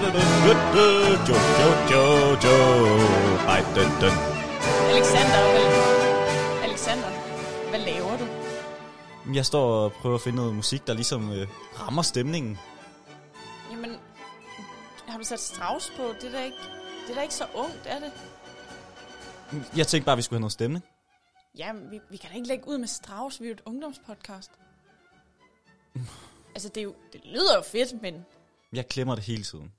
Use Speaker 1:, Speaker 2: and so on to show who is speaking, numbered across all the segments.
Speaker 1: Jo, jo, jo, jo. Ej, den, den.
Speaker 2: Alexander, hvad, Alexander, hvad laver du?
Speaker 3: Jeg står og prøver at finde noget musik, der ligesom øh, rammer stemningen.
Speaker 2: Jamen, har du sat Strauss på? Det er da ikke, det er da ikke så ungt, er det?
Speaker 3: Jeg tænkte bare, vi skulle have noget stemning.
Speaker 2: Jamen, vi, vi kan da ikke lægge ud med Strauss, vi er jo et ungdomspodcast. altså, det, er jo, det lyder jo fedt, men,
Speaker 3: Jeg klemmer det hele tiden.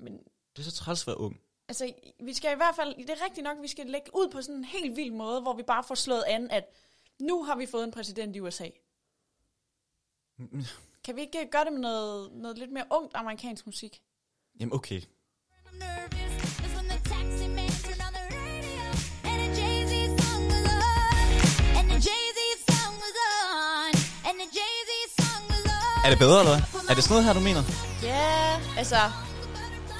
Speaker 2: men
Speaker 3: Det er så træls at være ung.
Speaker 2: altså, vi skal i hvert fald, det er rigtigt nok, vi skal lægge ud på sådan en helt vild måde, hvor vi bare får slået an, at nu har vi fået en præsident i USA. Kan vi ikke gøre det med noget, noget lidt mere ungt amerikansk musik?
Speaker 3: Jamen okay.
Speaker 4: nervous is when the taxi man turned on the radio and a Jay-Z song was on. And the Jay-Z song was on. And the Jay-Z song was on.
Speaker 3: Er det bedre, eller hvad? Er det sådan noget her, du mener?
Speaker 2: Ja, yeah, altså,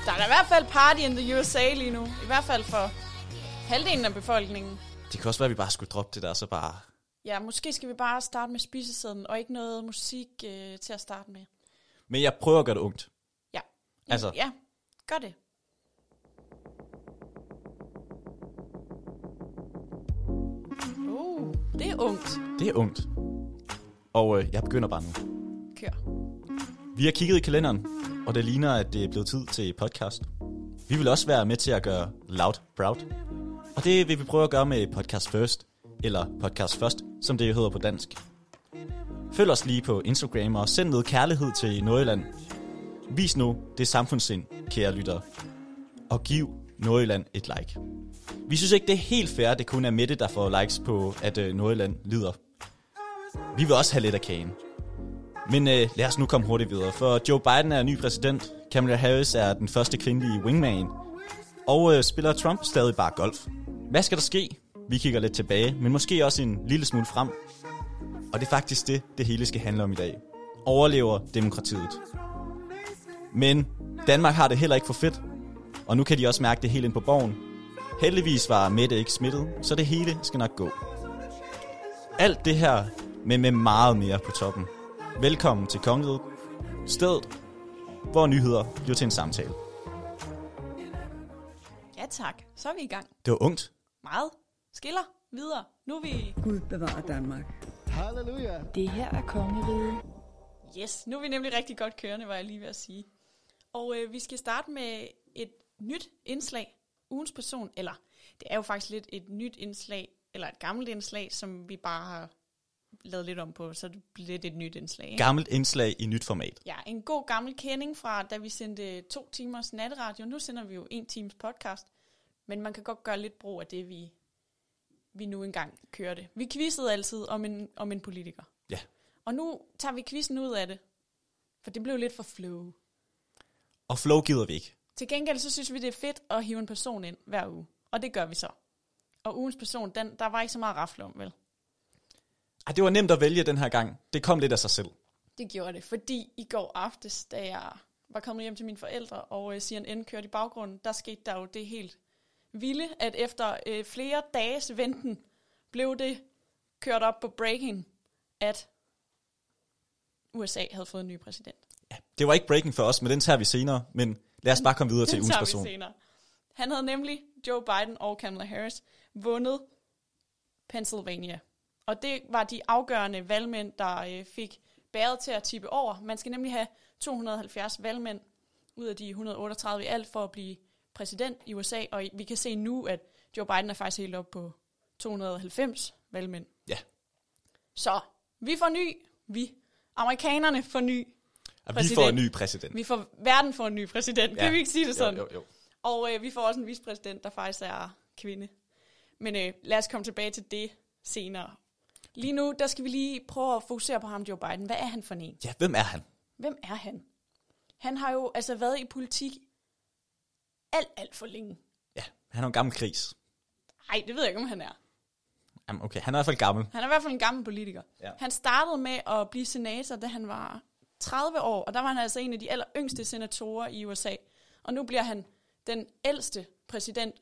Speaker 2: der er da i hvert fald party in the USA lige nu. I hvert fald for halvdelen af befolkningen.
Speaker 3: Det kan også være, at vi bare skulle droppe det der, så bare...
Speaker 2: Ja, måske skal vi bare starte med spisesedlen, og ikke noget musik øh, til at starte med.
Speaker 3: Men jeg prøver at gøre det ungt.
Speaker 2: Ja.
Speaker 3: Altså-
Speaker 2: Ja, gør det. Uh, det er ungt.
Speaker 3: Det er ungt. Og øh, jeg begynder bare nu.
Speaker 2: Kør.
Speaker 3: Vi har kigget i kalenderen, og det ligner, at det er blevet tid til podcast. Vi vil også være med til at gøre Loud Proud. Og det vil vi prøve at gøre med Podcast First, eller Podcast Først, som det hedder på dansk. Følg os lige på Instagram og send noget kærlighed til Nordjylland. Vis nu det samfundssind, kære lyttere. Og giv Nordjylland et like. Vi synes ikke, det er helt fair, at det kun er Mette, der får likes på, at øh, Nordjylland lider. Vi vil også have lidt af kagen. Men øh, lad os nu komme hurtigt videre, for Joe Biden er ny præsident, Kamala Harris er den første kvindelige wingman, og øh, spiller Trump stadig bare golf. Hvad skal der ske? Vi kigger lidt tilbage, men måske også en lille smule frem. Og det er faktisk det, det hele skal handle om i dag. Overlever demokratiet. Men Danmark har det heller ikke for fedt, og nu kan de også mærke det helt ind på borgen. Heldigvis var Mette ikke smittet, så det hele skal nok gå. Alt det her, men med meget mere på toppen. Velkommen til Kongeriget, stedet, hvor nyheder bliver til en samtale.
Speaker 2: Ja tak, så er vi i gang.
Speaker 3: Det var ungt.
Speaker 2: Meget. Skiller. Videre. Nu er vi...
Speaker 5: Gud bevare Danmark.
Speaker 6: Det her er Kongeriget.
Speaker 2: Yes, nu er vi nemlig rigtig godt kørende, var jeg lige ved at sige. Og øh, vi skal starte med et nyt indslag, ugens person, eller det er jo faktisk lidt et nyt indslag, eller et gammelt indslag, som vi bare har lavet lidt om på, så det bliver lidt et nyt indslag. Ikke?
Speaker 3: Gammelt indslag i nyt format.
Speaker 2: Ja, en god gammel kending fra, da vi sendte to timers natteradio. Nu sender vi jo en times podcast, men man kan godt gøre lidt brug af det, vi, vi nu engang kørte. Vi quizzede altid om en, om en politiker.
Speaker 3: Ja.
Speaker 2: Og nu tager vi quizzen ud af det, for det blev lidt for flow.
Speaker 3: Og flow gider vi ikke.
Speaker 2: Til gengæld så synes vi, det er fedt at hive en person ind hver uge, og det gør vi så. Og ugens person, den, der var ikke så meget rafle om, vel?
Speaker 3: Ej, det var nemt at vælge den her gang. Det kom lidt af sig selv.
Speaker 2: Det gjorde det, fordi i går aftes, da jeg var kommet hjem til mine forældre, og øh, CNN kørte i baggrunden, der skete der jo det helt vilde, at efter øh, flere dages venten, blev det kørt op på breaking, at USA havde fået en ny præsident.
Speaker 3: Det var ikke breaking for os, men den tager vi senere. Men lad os bare komme videre til
Speaker 2: Den
Speaker 3: ugens
Speaker 2: tager vi
Speaker 3: person.
Speaker 2: senere. Han havde nemlig, Joe Biden og Kamala Harris, vundet Pennsylvania. Og det var de afgørende valgmænd, der øh, fik bæret til at tippe over. Man skal nemlig have 270 valgmænd ud af de 138 i alt for at blive præsident i USA. Og i- vi kan se nu, at Joe Biden er faktisk helt oppe på 290 valgmænd.
Speaker 3: Ja.
Speaker 2: Så vi får ny, vi amerikanerne får ny,
Speaker 3: Og vi
Speaker 2: Præsident.
Speaker 3: får en ny præsident.
Speaker 2: vi får verden får en ny præsident. Ja.
Speaker 3: Ja.
Speaker 2: Kan vi ikke sige det sådan?
Speaker 3: Jo, jo, jo.
Speaker 2: Og øh, vi får også en vicepræsident, der faktisk er kvinde. Men øh, lad os komme tilbage til det senere. Lige nu, der skal vi lige prøve at fokusere på ham, Joe Biden. Hvad er han for en?
Speaker 3: Ja, hvem er han?
Speaker 2: Hvem er han? Han har jo altså været i politik alt, alt for længe.
Speaker 3: Ja, han er en gammel kris.
Speaker 2: Nej, det ved jeg ikke, om han er.
Speaker 3: Jamen, okay, han er i hvert fald gammel.
Speaker 2: Han er i hvert fald en gammel politiker.
Speaker 3: Ja.
Speaker 2: Han startede med at blive senator, da han var 30 år, og der var han altså en af de aller yngste senatorer i USA. Og nu bliver han den ældste præsident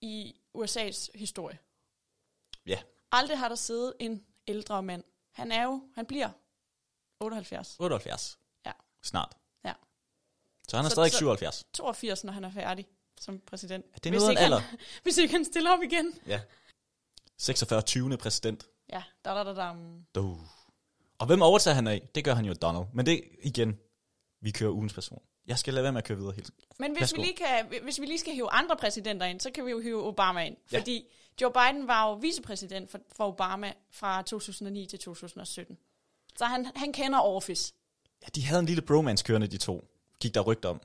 Speaker 2: i USA's historie.
Speaker 3: Ja,
Speaker 2: Aldrig har der siddet en ældre mand. Han er jo, han bliver 78.
Speaker 3: 78.
Speaker 2: Ja.
Speaker 3: Snart.
Speaker 2: Ja.
Speaker 3: Så han er
Speaker 2: Så-
Speaker 3: stadig
Speaker 2: så-
Speaker 3: 77.
Speaker 2: 82, når han er færdig som præsident.
Speaker 3: det er noget af en
Speaker 2: ikke
Speaker 3: alder.
Speaker 2: Han, hvis ikke han stiller op igen.
Speaker 3: Ja. 46. 20. præsident.
Speaker 2: Ja, da da da dam.
Speaker 3: Uh. Og hvem overtager han af? Det gør han jo Donald. Men det, igen, vi kører ugens person. Jeg skal lade være med at køre videre helt.
Speaker 2: Men hvis
Speaker 3: Værsgo.
Speaker 2: vi, lige kan, hvis vi lige skal hive andre præsidenter ind, så kan vi jo hive Obama ind.
Speaker 3: Ja.
Speaker 2: Fordi Joe Biden var jo vicepræsident for, for Obama fra 2009 til 2017. Så han, han kender Office.
Speaker 3: Ja, de havde en lille bromance kørende, de to. Gik der rygter om.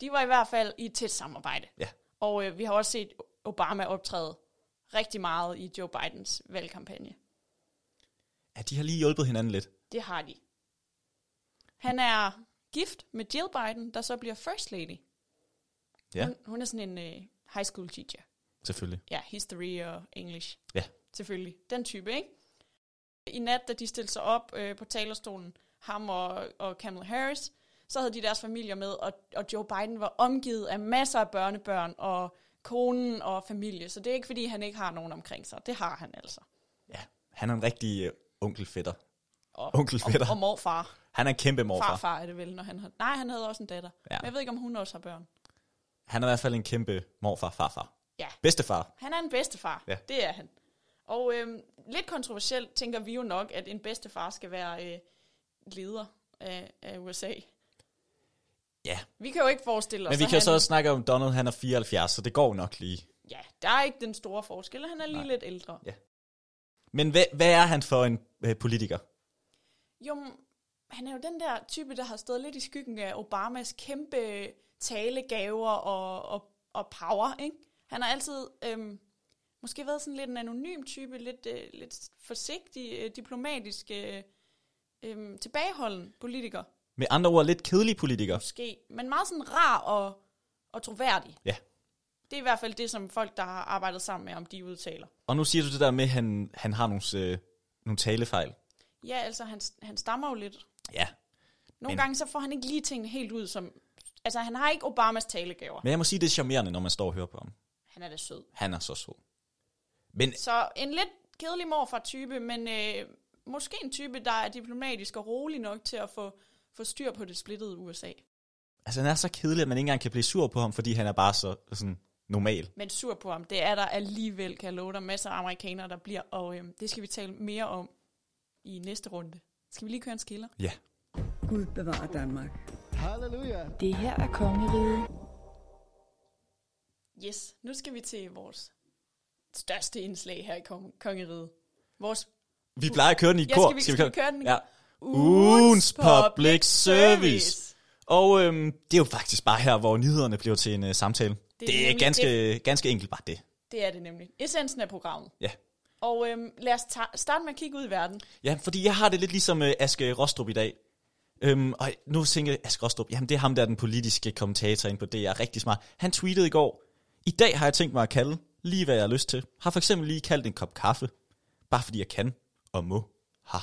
Speaker 2: De var i hvert fald i et tæt samarbejde.
Speaker 3: Ja.
Speaker 2: Og øh, vi har også set Obama optræde rigtig meget i Joe Bidens valgkampagne.
Speaker 3: Ja, de har lige hjulpet hinanden lidt.
Speaker 2: Det har de. Han er gift med Jill Biden, der så bliver first lady.
Speaker 3: Ja.
Speaker 2: Hun, hun er sådan en øh, high school teacher.
Speaker 3: Selvfølgelig.
Speaker 2: Ja, history og engelsk.
Speaker 3: Ja.
Speaker 2: Selvfølgelig. Den type, ikke? I nat, da de stillede sig op øh, på talerstolen, ham og, og Kamala Harris, så havde de deres familier med, og, og Joe Biden var omgivet af masser af børnebørn og konen og familie. Så det er ikke, fordi han ikke har nogen omkring sig. Det har han altså.
Speaker 3: Ja. Han er en rigtig øh, onkelfætter.
Speaker 2: Og,
Speaker 3: Onkelfætter.
Speaker 2: Og, og morfar.
Speaker 3: Han er en kæmpe morfar.
Speaker 2: Farfar er det vel, når han har... Nej, han havde også en datter.
Speaker 3: Ja.
Speaker 2: Ja. Men jeg ved ikke, om hun også har børn.
Speaker 3: Han er i hvert fald en kæmpe morfar, farfar.
Speaker 2: Ja.
Speaker 3: Bedstefar.
Speaker 2: Han er en bedstefar.
Speaker 3: Ja.
Speaker 2: Det er han. Og øhm, lidt kontroversielt tænker vi jo nok, at en bedstefar skal være øh, leder af, af USA.
Speaker 3: Ja.
Speaker 2: Vi kan jo ikke forestille os,
Speaker 3: Men vi
Speaker 2: at
Speaker 3: kan jo
Speaker 2: han,
Speaker 3: så også snakke om, Donald han er 74, så det går nok lige.
Speaker 2: Ja, der er ikke den store forskel. Han er lige
Speaker 3: Nej.
Speaker 2: Nej. lidt ældre.
Speaker 3: Ja. Men hvad, hvad er han for en øh, politiker?
Speaker 2: Jo, men han er jo den der type, der har stået lidt i skyggen af Obamas kæmpe talegaver og, og, og power, ikke? Han har altid øhm, måske været sådan lidt en anonym type, lidt, øh, lidt forsigtig, øh, diplomatisk, øh, øh, tilbageholden politiker,
Speaker 3: Med andre ord, lidt kedelig politiker.
Speaker 2: måske. Men meget sådan rar og, og troværdig.
Speaker 3: Ja.
Speaker 2: Det er i hvert fald det, som folk, der har arbejdet sammen med om de udtaler.
Speaker 3: Og nu siger du det der med, at han, han har nogle, øh, nogle talefejl.
Speaker 2: Ja, altså, han, han stammer jo lidt.
Speaker 3: Ja.
Speaker 2: Nogle
Speaker 3: Men-
Speaker 2: gange, så får han ikke lige tingene helt ud, som... Altså, han har ikke Obamas talegaver.
Speaker 3: Men jeg må sige, det er charmerende, når man står og hører på ham.
Speaker 2: Han er da sød.
Speaker 3: Han er så sød. Men
Speaker 2: Så en lidt kedelig morfar type, men øh, måske en type, der er diplomatisk og rolig nok til at få, få styr på det splittede USA.
Speaker 3: altså, han er så kedelig, at man ikke engang kan blive sur på ham, fordi han er bare så sådan, normal.
Speaker 2: Men sur på ham, det er der alligevel, kan jeg love dig, masser af amerikanere, der bliver, og øh, det skal vi tale mere om i næste runde. Skal vi lige køre en skiller?
Speaker 3: Ja.
Speaker 5: Gud bevare Danmark.
Speaker 6: Halleluja.
Speaker 5: Det her er kongeriget.
Speaker 2: Yes, nu skal vi til vores største indslag her i kong- kongeriget. Vores
Speaker 3: Vi plejer at køre den i
Speaker 2: Ja,
Speaker 3: kor.
Speaker 2: skal vi- skal vi køre den i-
Speaker 3: Ja. Ugens public service. Og øhm, det er jo faktisk bare her, hvor nyhederne bliver til en øh, samtale. Det er, det er
Speaker 2: nemlig
Speaker 3: ganske, ganske enkelt bare det.
Speaker 2: Det er det nemlig. Essensen af programmet.
Speaker 3: Ja.
Speaker 2: Og øhm, lad os ta- starte med at kigge ud i verden.
Speaker 3: ja, fordi jeg har det lidt ligesom øh, Aske Rostrup i dag. Øhm, og nu tænker jeg, Aske Rostrup, jamen det er ham der, er den politiske kommentator inde på det, jeg er rigtig smart. Han tweetede i går, i dag har jeg tænkt mig at kalde lige hvad jeg har lyst til. Har for eksempel lige kaldt en kop kaffe, bare fordi jeg kan og må. Ha.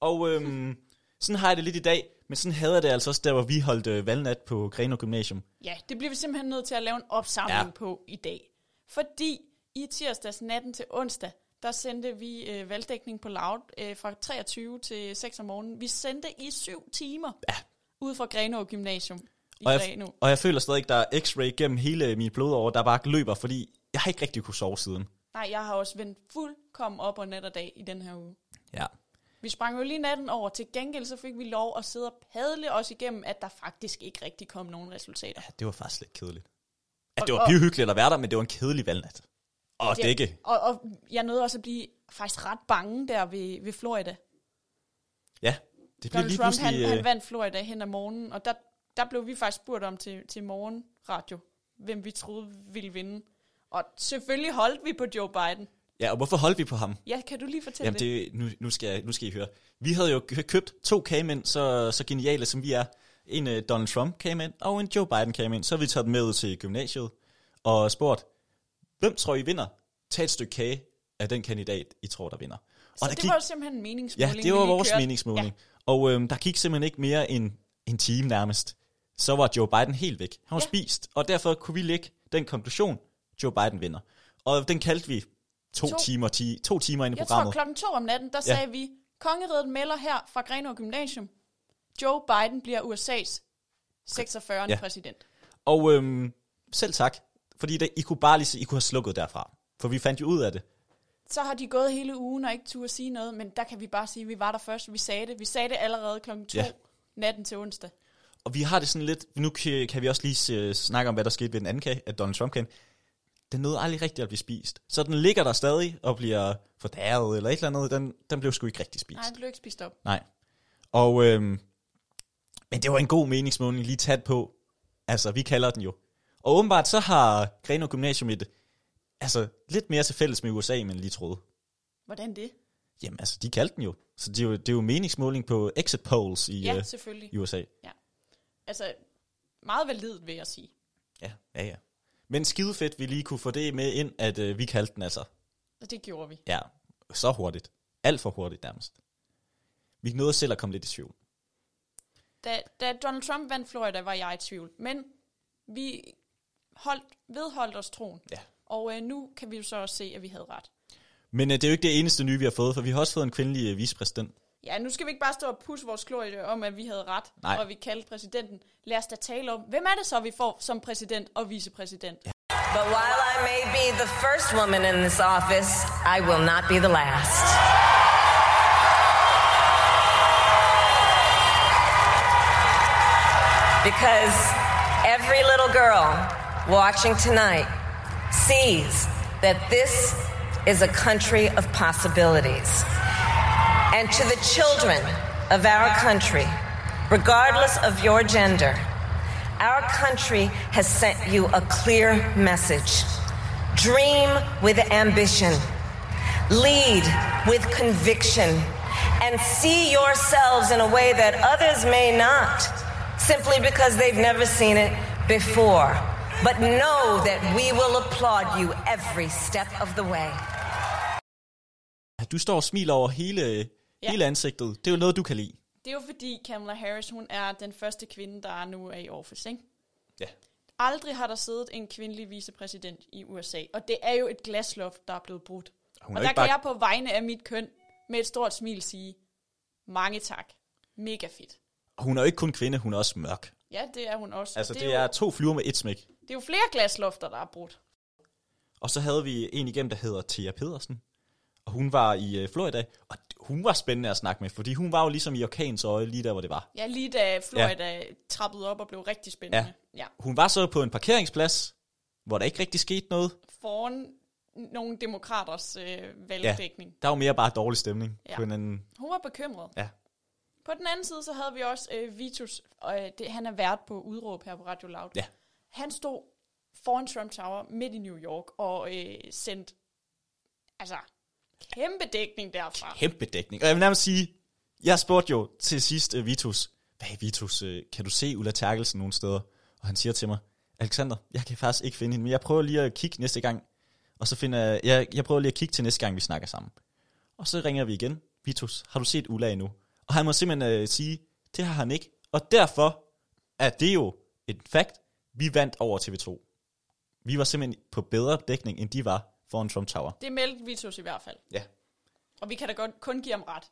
Speaker 3: Og øhm, sådan har jeg det lidt i dag, men sådan havde jeg det altså også der, hvor vi holdt øh, valgnat på Grenaa Gymnasium.
Speaker 2: Ja, det bliver vi simpelthen nødt til at lave en opsamling
Speaker 3: Ja.
Speaker 2: ja. på i dag. Fordi i tirsdags natten til onsdag, der sendte vi øh, valgdækning på Loud øh, fra 23 til 6 om morgenen. Vi sendte i syv timer ja. ud fra Grenaa Gymnasium i
Speaker 3: Og
Speaker 2: Grenaa.
Speaker 3: jeg, og jeg føler stadig, der er x-ray gennem hele min blodåre, der bare løber, fordi jeg har ikke rigtig kunne sove siden.
Speaker 2: Nej, jeg har også vendt fuldkommen op og nat og dag i den her uge.
Speaker 3: Ja.
Speaker 2: Vi sprang jo lige natten over. Til gengæld så fik vi lov at sidde og padle os igennem, at der faktisk ikke rigtig kom nogen resultater.
Speaker 3: Det var faktisk lidt kedeligt. At det
Speaker 2: Og-
Speaker 3: var
Speaker 2: og-
Speaker 3: pivhyggeligt at være der, men det var en kedelig valgnat. Og
Speaker 2: Det-
Speaker 3: dække.
Speaker 2: Og, og jeg nåede også at blive faktisk ret bange der ved, ved Florida.
Speaker 3: Ja, det bliver
Speaker 2: Donald
Speaker 3: lige
Speaker 2: Trump, han,
Speaker 3: pludselig...
Speaker 2: han
Speaker 3: øh,
Speaker 2: vandt Florida hen ad morgenen, og der, der blev vi faktisk spurgt om til, til morgenradio, hvem vi troede ville vinde. Og selvfølgelig holdt vi på Joe Biden.
Speaker 3: Ja, og hvorfor holdt vi på ham?
Speaker 2: Ja, kan du lige fortælle
Speaker 3: Jamen,
Speaker 2: det?
Speaker 3: det, nu, nu, skal, jeg- nu skal I høre. Vi havde jo kø- købt to kagemænd, så, så geniale som vi er. En øh, Donald Trump kagemand og en Joe Biden kagemand. Så har vi taget dem med ud til gymnasiet og spurgt, hvem tror I vinder? Tag et stykke kage af den kandidat, I tror, der vinder. Og
Speaker 2: Så det var jo simpelthen en
Speaker 3: Ja,
Speaker 2: meningsmåling.
Speaker 3: det
Speaker 2: vi
Speaker 3: var
Speaker 2: lige
Speaker 3: vores
Speaker 2: kørte.
Speaker 3: meningsmåling. Ja. Og øhm, der gik simpelthen ikke mere end en time nærmest. Så var Joe Biden helt væk. Han var ja.
Speaker 2: Ja.
Speaker 3: spist, og derfor kunne vi lægge den konklusion, Joe Biden vinder. Og den kaldte vi to, to.
Speaker 2: To.
Speaker 3: timer ti, to timer ind i
Speaker 2: Jeg tror,
Speaker 3: programmet.
Speaker 2: klokken to om natten, der sagde vi, Kongeriget melder her fra Grenaa Gymnasium, Joe Biden bliver USA's 46.
Speaker 3: Ja.
Speaker 2: Ja. præsident.
Speaker 3: Og øhm, selv tak, fordi det, I kunne bare lige sige, I kunne have slukket derfra. For vi fandt jo ud af det.
Speaker 2: Så har de gået hele ugen og ikke turde sige noget, men der kan vi bare sige, at vi var der først. Vi sagde det. Vi sagde det allerede klokken 2
Speaker 3: Ja.
Speaker 2: ja. natten til onsdag.
Speaker 3: Og vi har det sådan lidt, nu kan, kan vi også lige se, snakke om, hvad der skete ved den anden kage, at Donald Trump kan. Den nåede aldrig rigtigt at blive spist. Så den ligger der stadig og bliver fordæret eller et eller andet. Den, den blev sgu ikke rigtig spist.
Speaker 2: Nej, det blev ikke spist op.
Speaker 3: Nej. Og, øhm, men det var en god meningsmåling lige tæt på. Altså, vi kalder den jo. Og åbenbart så har Grenaa Gymnasium et, altså, lidt mere til fælles med USA, end man lige troede.
Speaker 2: Hvordan det?
Speaker 3: Jamen, altså, de kaldte den jo. Så det er jo, det er jo meningsmåling på exit polls i,
Speaker 2: Ja,
Speaker 3: øh,
Speaker 2: ja selvfølgelig.
Speaker 3: i USA.
Speaker 2: Altså, meget validt, vil jeg sige.
Speaker 3: Ja, ja, ja. Men skide fedt, vi lige kunne få det med ind, at øh, vi kaldte den altså.
Speaker 2: Og det gjorde vi.
Speaker 3: Ja, så hurtigt. Alt for hurtigt nærmest. Vi nåede selv at komme lidt i tvivl.
Speaker 2: Da, da Donald Trump vandt Florida, var jeg i tvivl. Men vi holdt, vedholdt os troen.
Speaker 3: Ja.
Speaker 2: Og øh, nu kan vi jo så også se, at vi havde ret.
Speaker 3: Men øh, det er jo ikke det eneste nye, vi har fået, for vi har også fået en kvindelig øh, vicepræsident.
Speaker 2: Ja, nu skal vi ikke bare stå og pusse vores glorie om, at vi havde ret,
Speaker 3: Nej.
Speaker 2: og vi kaldte præsidenten. Lad os da tale om, hvem er det så, vi får som præsident og vicepræsident? Ja.
Speaker 7: But while I may be the first woman in this office, I will not be the last. Because every little girl watching tonight sees that this is a country of possibilities. And to the children of our country, regardless of your gender, our country has sent you a clear message. Dream with ambition, lead with conviction, and see yourselves in a way that others may not, simply because they've never seen it before. But know that we will applaud you every step of the way.
Speaker 3: Du står og smiler over hele, ja.
Speaker 2: Ja.
Speaker 3: hele ansigtet. Det er jo noget, du kan lide.
Speaker 2: Det er jo fordi Kamala Harris, hun er den første kvinde, der nu er i office, ikke?
Speaker 3: Ja.
Speaker 2: Aldrig har der siddet en kvindelig vicepræsident i USA, og det er jo et glasloft, der er blevet brudt.
Speaker 3: Hun er jo
Speaker 2: og der
Speaker 3: ikke
Speaker 2: kan
Speaker 3: bare-
Speaker 2: jeg på vegne af mit køn med et stort smil sige, mange tak. Mega fedt.
Speaker 3: Og hun er jo ikke kun kvinde, hun er også mørk.
Speaker 2: Ja, det er hun også.
Speaker 3: Altså, det,
Speaker 2: er
Speaker 3: er
Speaker 2: jo,
Speaker 3: to fluer med et smæk.
Speaker 2: det er jo flere glaslofter, der er brudt.
Speaker 3: Og så havde vi en igennem, der hedder Thea Pedersen. Og hun var i øh, Florida, og d- hun var spændende at snakke med, fordi hun var jo ligesom i orkanens øje, lige der, hvor det var.
Speaker 2: Ja, lige da Florida ja. trappede op og blev rigtig spændende. Ja. ja.
Speaker 3: Hun var så på en parkeringsplads, hvor der ikke rigtig skete noget.
Speaker 2: Foran nogle demokraters øh, valgdækning.
Speaker 3: Der var mere bare dårlig stemning.
Speaker 2: Ja.
Speaker 3: På en anden,
Speaker 2: Hun var bekymret.
Speaker 3: ja.
Speaker 2: På den anden side, så havde vi også øh, Vitus, og øh, det, han er vært på udråb her på Radio Loud.
Speaker 3: Ja.
Speaker 2: Han stod foran Trump Tower midt i New York og øh, sendte altså, kæmpe dækning derfra.
Speaker 3: Kæmpe dækning. Og jeg vil nærmest sige, jeg spurgte jo til sidst uh, Vitus, hvad Vitus, uh, kan du se Ulla Terkelsen nogle steder? Og han siger til mig, Alexander, jeg kan faktisk ikke finde hende, men jeg prøver lige at kigge næste gang. Og så finder jeg, jeg, jeg prøver lige at kigge til næste gang, vi snakker sammen. Og så ringer vi igen. Vitus, har du set Ulla endnu? Og han må simpelthen uh, sige, det har han ikke. Og derfor er det jo et fakt, vi vandt over TV2. Vi var simpelthen på bedre dækning, end de var foran Trump Tower.
Speaker 2: Det meldte Vitus i hvert fald.
Speaker 3: Ja.
Speaker 2: Og vi kan da godt kun give ham ret.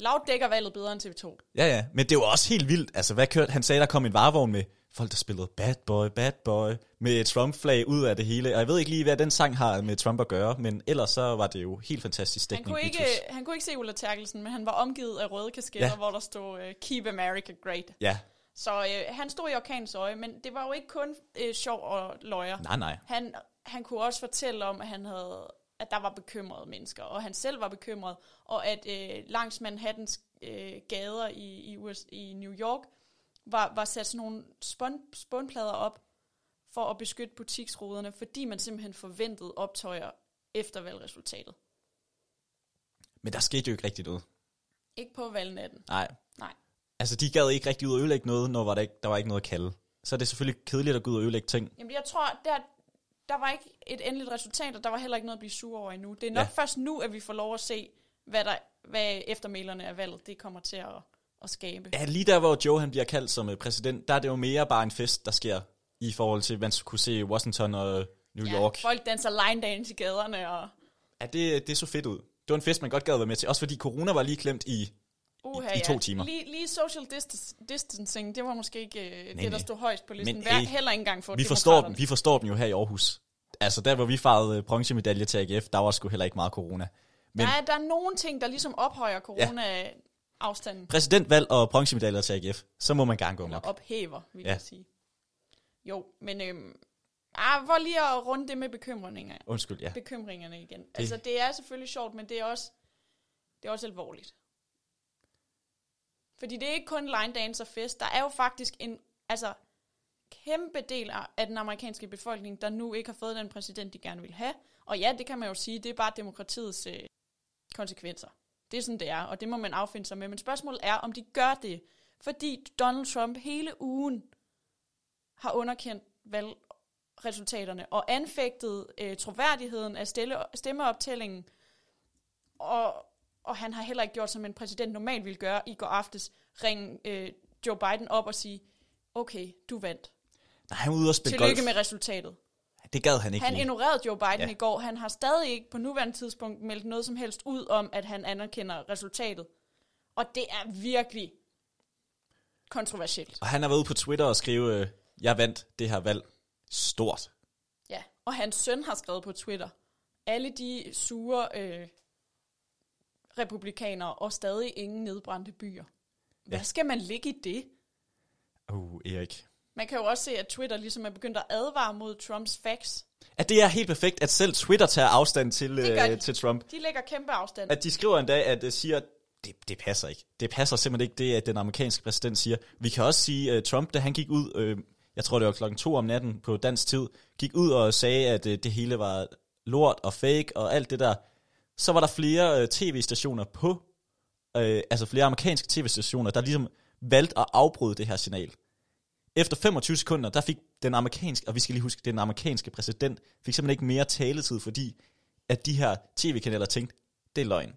Speaker 2: Loud dækker valget bedre end TV2.
Speaker 3: Ja, ja, men det var også helt vildt. Altså, hvad kørte? Han sagde, der kom en varevogn med folk, der spillede Bad Boy, Bad Boy, med et Trump-flag ud af det hele. Og jeg ved ikke lige, hvad den sang har med Trump at gøre, men ellers så var det jo helt fantastisk
Speaker 2: Han
Speaker 3: dækning.
Speaker 2: kunne, ikke, øh,
Speaker 3: Vitus.
Speaker 2: han kunne ikke se Ulla Terkelsen, men han var omgivet af røde kasketter,
Speaker 3: Ja.
Speaker 2: ja. hvor der stod øh, Keep America Great.
Speaker 3: Ja,
Speaker 2: Så øh, han stod i orkanens øje, men det var jo ikke kun øh, sjov og løjer.
Speaker 3: nej, nej.
Speaker 2: Han, han kunne også fortælle om, at han havde at der var bekymrede mennesker, og han selv var bekymret, og at øh, langs Manhattans øh, gader i, i, US, i New York var, var sat sådan nogle spån, spånplader op for at beskytte butiksruderne, fordi man simpelthen forventede optøjer efter valgresultatet.
Speaker 3: Men der skete jo ikke rigtig noget.
Speaker 2: Ikke på valgnatten.
Speaker 3: Nej.
Speaker 2: Nej.
Speaker 3: Altså, de gad ikke rigtig ud og ødelægge noget, når var der, ikke, der var ikke noget at kalde. Så er det selvfølgelig kedeligt at gå ud og ødelægge ting.
Speaker 2: Jamen jeg tror, der, der var ikke et endeligt resultat, og der var heller ikke noget at blive sur over endnu. Det er nok
Speaker 3: Ja.
Speaker 2: ja. først nu, at vi får lov at se, hvad, der, hvad eftermælerne af valget det kommer til at, at skabe.
Speaker 3: Ja, lige der, hvor Joe han bliver kaldt som øh, præsident, der er det jo mere bare en fest, der sker i forhold til, man kunne se Washington og New York.
Speaker 2: folk danser line dance i gaderne, og
Speaker 3: Ja, det, det så fedt ud. Det var en fest, man godt gad at være med til. Også fordi corona var lige klemt i...
Speaker 2: Uha,
Speaker 3: i to timer.
Speaker 2: Lige, lige social distance, distancing, det var måske ikke øh,
Speaker 3: Nej,
Speaker 2: det, der
Speaker 3: nej.
Speaker 2: stod højst på listen.
Speaker 3: Men,
Speaker 2: Men, Hver,
Speaker 3: hey,
Speaker 2: heller ikke engang for
Speaker 3: Vi forstår den.
Speaker 2: demokraterne.
Speaker 3: Vi forstår den jo her i Aarhus. Altså, der hvor vi farvede bronzemedalje til AGF, der var sgu heller ikke meget corona. Men
Speaker 2: Der, er, der er nogle ting, der ligesom ophøjer corona-afstanden.
Speaker 3: præsidentvalg og bronzemedaljer til AGF, så må man gerne gå med.
Speaker 2: Eller ophæver, vil
Speaker 3: Ja.
Speaker 2: jeg sige. Jo, men øhm, ah, hvor lige at runde det med bekymringer,
Speaker 3: Undskyld, ja.
Speaker 2: bekymringerne igen. Det. Altså, det er selvfølgelig sjovt, men det er også, det er også alvorligt. Fordi det er ikke kun line dance og fest. Der er jo faktisk en altså, kæmpe del af- af den amerikanske befolkning, der nu ikke har fået den præsident, de gerne vil have. Og ja, det kan man jo sige, det er bare demokratiets øh, konsekvenser. Det er sådan, det er, og det må man affinde sig med. Men spørgsmålet er, om de gør det, fordi Donald Trump hele ugen har underkendt valgresultaterne og anfægtet øh, troværdigheden af stille, stemmeoptællingen. Og, og han har heller ikke gjort, som en præsident normalt ville gøre i går aftes, ringe øh, Joe Biden op og sige, okay, du vandt.
Speaker 3: Nej, han var ude og spille
Speaker 2: Tillykke
Speaker 3: golf.
Speaker 2: golf. med resultatet.
Speaker 3: Det gad han ikke
Speaker 2: Han
Speaker 3: lige.
Speaker 2: ignorerede Joe Biden
Speaker 3: Ja.
Speaker 2: ja. i går. Han har stadig ikke på nuværende tidspunkt meldt noget som helst ud om, at han anerkender resultatet. Og det er virkelig kontroversielt.
Speaker 3: Og han har været ude på Twitter og skrive, øh, jeg vandt det her valg stort.
Speaker 2: Ja. Og hans søn har skrevet på Twitter, alle de sure øh, republikanere og stadig ingen nedbrændte byer. Hvad
Speaker 3: Ja.
Speaker 2: ja. skal man ligge i det?
Speaker 3: Uh, Erik.
Speaker 2: Man kan jo også se, at Twitter ligesom er begyndt at advare mod Trumps facts.
Speaker 3: At det er helt perfekt, at selv Twitter tager afstand til,
Speaker 2: Det gør de.
Speaker 3: øh, til Trump.
Speaker 2: De lægger kæmpe afstand.
Speaker 3: At de skriver en dag, at øh, siger, det, det passer ikke. Det passer simpelthen ikke det, at den amerikanske præsident siger. Vi kan også sige, at Trump, da han gik ud, øh, jeg tror det var klokken to om natten på dansk tid, gik ud og sagde, at øh, det hele var lort og fake og alt det der. Så var der flere øh, tv-stationer på, øh, altså flere amerikanske tv-stationer, der ligesom valgte at afbryde det her signal. Efter 25 sekunder, der fik den amerikanske, og vi skal lige huske, den amerikanske præsident fik simpelthen ikke mere taletid, fordi at de her tv-kanaler tænkte, det er løgn.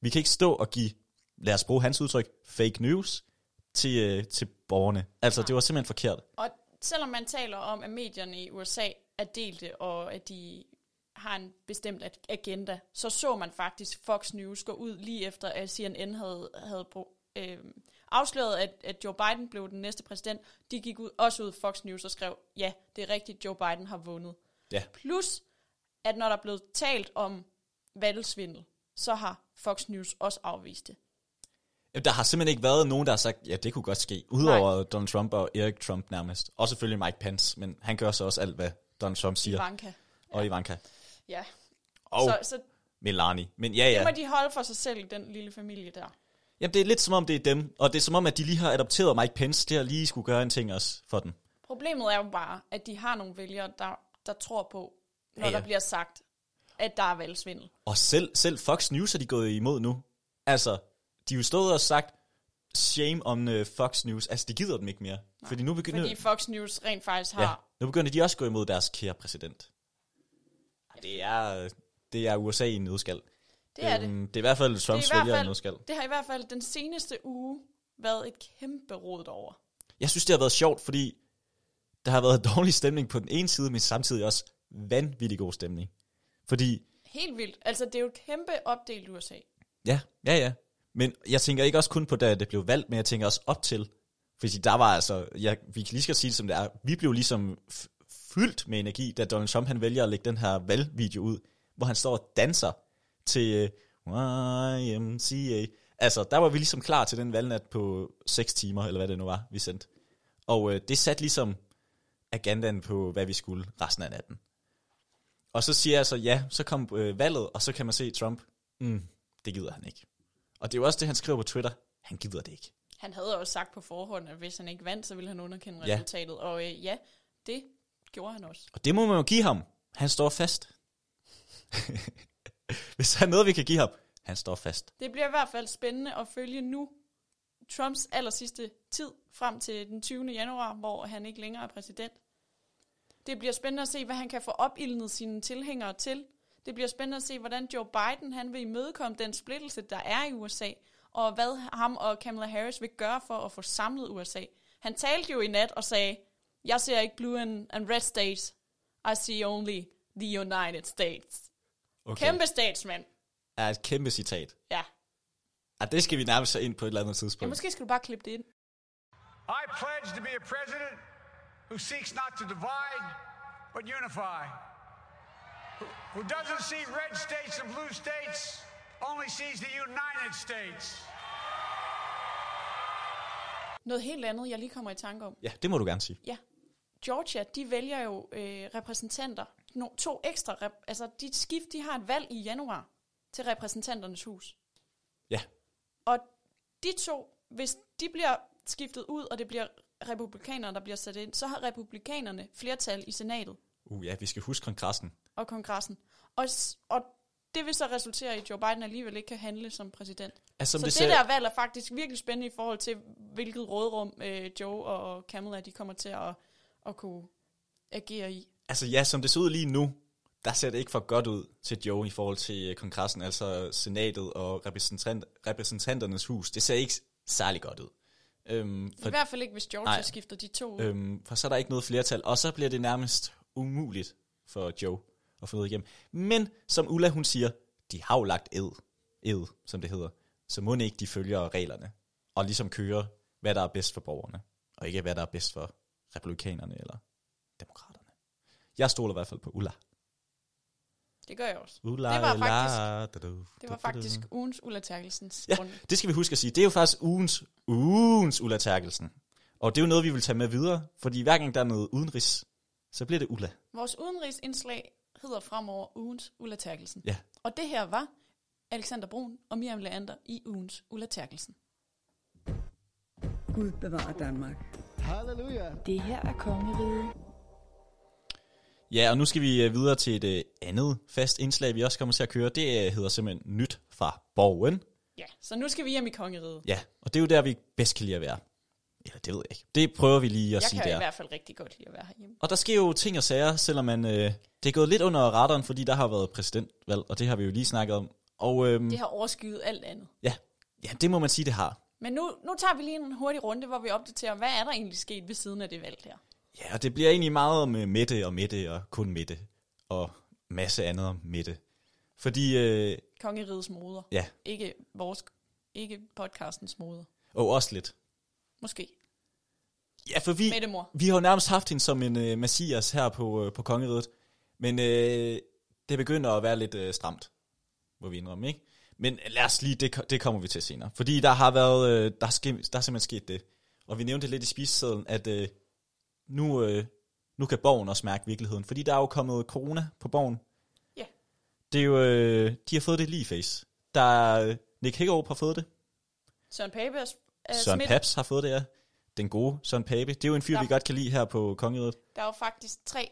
Speaker 3: Vi kan ikke stå og give, lad os bruge hans udtryk, fake news til, øh, til borgerne. Altså, det var simpelthen forkert.
Speaker 2: Og selvom man taler om, at medierne i USA er delte, og at de har en bestemt ag- agenda, så så man faktisk Fox News gå ud lige efter, at CNN havde, havde brug, øh, afsløret, at, at Joe Biden blev den næste præsident. De gik ud, også ud Fox News og skrev, ja, det er rigtigt, Joe Biden har vundet.
Speaker 3: Ja.
Speaker 2: Plus, at når der er blevet talt om valgsvindel, så har Fox News også afvist det.
Speaker 3: Jamen, Der har simpelthen ikke været nogen, der har sagt, ja, det kunne godt ske. Udover Donald Trump og Erik Trump nærmest. Og selvfølgelig Mike Pence, men han gør så også alt, hvad Donald Trump siger.
Speaker 2: Ivanka.
Speaker 3: Og Ivanka.
Speaker 2: Ja.
Speaker 3: Og
Speaker 2: Så, så
Speaker 3: Melani. Men ja,
Speaker 2: det
Speaker 3: ja.
Speaker 2: må de holde for sig selv, den lille familie der.
Speaker 3: Jamen, det er lidt som om, det er dem. Og det er som om, at de lige har adopteret Mike Pence til at lige skulle gøre en ting også for den.
Speaker 2: Problemet er jo bare, at de har nogle vælgere, der, der tror på,
Speaker 3: Ja,
Speaker 2: når ja,
Speaker 3: ja.
Speaker 2: ja. der bliver sagt, at der er valgsvindel.
Speaker 3: Og selv, selv Fox News er de gået imod nu. Altså, de er jo stået og sagt, shame on uh, Fox News. Altså, det gider dem ikke mere. Nej, fordi nu begynder,
Speaker 2: Fordi Fox News rent faktisk har...
Speaker 3: ja, nu begynder de også at gå imod deres kære præsident. Ej, Det er, øh, det er USA i en nødskal.
Speaker 2: Det er det.
Speaker 3: Øhm, det er i hvert fald
Speaker 2: Det,
Speaker 3: Trumps
Speaker 2: er i
Speaker 3: vælger i
Speaker 2: hvert
Speaker 3: en nødskal.
Speaker 2: fald, det har i hvert fald den seneste uge været et kæmpe råd over.
Speaker 3: Jeg synes, det har været sjovt, fordi der har været dårlig stemning på den ene side, men samtidig også vanvittig god stemning. Fordi
Speaker 2: Helt vildt. Altså, det er jo et kæmpe opdelt USA.
Speaker 3: Ja, ja, ja. Men jeg tænker ikke også kun på, da det blev valgt, men jeg tænker også op til. Fordi der var altså, ja, vi kan lige skal sige det, som det er, vi blev ligesom f- fyldt med energi, da Donald Trump han vælger at lægge den her valgvideo ud, hvor han står og danser til øh, YMCA. Altså, der var vi ligesom klar til den valgnat på 6 timer, eller hvad det nu var, vi sendte. Og øh, det satte ligesom agendaen på, hvad vi skulle resten af natten. Og så siger jeg så, ja, så kom øh, valget, og så kan man se Trump, mm, det gider han ikke. Og det er jo også det, han skriver på Twitter, han gider det ikke.
Speaker 2: Han havde også sagt på forhånd, at hvis han ikke vandt, så ville han underkende
Speaker 3: Ja.
Speaker 2: resultatet. Og øh, ja, det gjorde han også.
Speaker 3: Og det må man jo give ham, han står fast. Hvis der er noget, vi kan give ham, han står fast.
Speaker 2: Det bliver i hvert fald spændende at følge nu Trumps aller sidste tid frem til den 20. januar, hvor han ikke længere er præsident. Det bliver spændende at se, hvad han kan få opildnet sine tilhængere til. Det bliver spændende at se, hvordan Joe Biden han vil imødekomme den splittelse, der er i USA, og hvad ham og Kamala Harris vil gøre for at få samlet USA. Han talte jo i nat og sagde, jeg ser ikke blue and, and red states, I see only the United States. Okay. Kæmpe statsmand.
Speaker 3: er et kæmpe citat.
Speaker 2: Ja.
Speaker 3: Og det skal vi nærmest så ind på et eller andet tidspunkt.
Speaker 2: ja, måske skal du bare klippe det ind.
Speaker 8: I pledge to be a president who seeks not to divide, but unify. Who- Who doesn't see red states and blue states, only sees the United States.
Speaker 2: Noget helt andet, jeg lige kommer i tanke om.
Speaker 3: Ja, det må du gerne sige.
Speaker 2: Ja. Georgia, de vælger jo øh, repræsentanter. No, to ekstra. Rep- altså, de skift, de har et valg i januar til repræsentanternes hus.
Speaker 3: Ja,
Speaker 2: Og de to, hvis de bliver skiftet ud, og det bliver republikanerne, der bliver sat ind, så har republikanerne flertal i senatet
Speaker 3: uh, ja vi skal huske kongressen.
Speaker 2: og kongressen. Og, s- og det vil så resultere i, at Joe Biden alligevel ikke kan handle som præsident.
Speaker 3: Altså, som
Speaker 2: så
Speaker 3: det
Speaker 2: det,
Speaker 3: ser-
Speaker 2: det der valg er faktisk virkelig spændende i forhold til, hvilket rådrum øh, Joe og Kamala de kommer til at, at kunne agere i.
Speaker 3: Altså ja, som det ser ud lige nu, der ser det ikke for godt ud til Joe i forhold til øh, kongressen, altså senatet og repræsentant, repræsentanternes hus. Det ser ikke særlig godt ud. Øhm,
Speaker 2: I
Speaker 3: for,
Speaker 2: hvert fald ikke, hvis Georgia
Speaker 3: Nej.
Speaker 2: Nej. skifter de to ud.
Speaker 3: øhm, for så er der ikke noget flertal, og så bliver det nærmest umuligt for Joe at få noget igennem. Men som Ulla hun siger, de har jo lagt ed, ed som det hedder, så må ikke de følger reglerne, og ligesom kører, hvad der er bedst for borgerne, og ikke hvad der er bedst for republikanerne eller demokraterne. Jeg stoler i hvert fald på Ulla.
Speaker 2: Det gør jeg også.
Speaker 3: Ula,
Speaker 2: Det var
Speaker 3: faktisk, da, da,
Speaker 2: Det var faktisk ugens Ulla Terkelsens
Speaker 3: Ja,
Speaker 2: runde.
Speaker 3: det skal vi huske at sige. Det er jo faktisk ugens, ugens Ulla Terkelsen. Og det er jo noget, vi vil tage med videre, fordi hver gang der er noget udenrigs, så bliver det Ulla.
Speaker 2: Vores udenrigsindslag hedder fremover ugens Ulla Terkelsen.
Speaker 3: Ja.
Speaker 2: Og det her var Alexander Brun og Miriam Leander i ugens Ulla Terkelsen.
Speaker 5: Gud bevare Danmark.
Speaker 6: Halleluja.
Speaker 5: Det her er kongeriget.
Speaker 3: Ja, og nu skal vi øh, videre til et øh, andet fast indslag, vi også kommer til at køre. Det øh, hedder simpelthen Nyt fra Borgen.
Speaker 2: Ja, så nu skal vi hjem i kongeriget.
Speaker 3: Ja, og det er jo der, vi bedst kan lide at være. Eller det ved jeg ikke. Det prøver vi lige at
Speaker 2: Jeg
Speaker 3: sige
Speaker 2: kan i
Speaker 3: der.
Speaker 2: hvert fald rigtig godt lide at være herhjemme.
Speaker 3: Og der sker jo ting og sager, selvom man, øh, det er gået lidt under radaren, fordi der har været præsidentvalg, og det har vi jo lige snakket om. Og øhm,
Speaker 2: Det har overskyet alt andet.
Speaker 3: Ja, ja det må man sige, det har.
Speaker 2: Men nu, nu tager vi lige en hurtig runde, hvor vi opdaterer, hvad er der egentlig sket ved siden af det valg her?
Speaker 3: Ja, og det bliver egentlig meget om øh, Mette og Mette og kun Mette. Og masse andet om Mette. Fordi, øh,
Speaker 2: Kongerigets moder.
Speaker 3: ja,
Speaker 2: Ikke vores, ikke podcastens moder.
Speaker 3: og også lidt.
Speaker 2: Måske.
Speaker 3: Ja, for vi,
Speaker 2: Mette mor.
Speaker 3: vi har jo nærmest haft hende som en øh, messias her på, øh, på kongeriget. Men øh, det begynder at være lidt øh, stramt, må vi indrømme, ikke? Men lad os lige, det, ko- det kommer vi til senere. Fordi der har været, øh, der, er ske, der er simpelthen sket det. Og vi nævnte lidt i spisesedlen, at øh, nu, øh, nu kan borgen også mærke virkeligheden. Fordi der er jo kommet corona på borgen.
Speaker 2: Ja.
Speaker 3: Det er jo, øh, de har fået det lige i face. Der er, øh, Nick Hækkerup har fået det.
Speaker 2: Søren Pape er, s- er
Speaker 3: Søren
Speaker 2: smittet.
Speaker 3: Paps har fået det, ja. Den gode Søren Pape. Det er jo en fyr,
Speaker 2: Der-
Speaker 3: vi godt kan lide her på kongeriget.
Speaker 2: Der er jo faktisk tre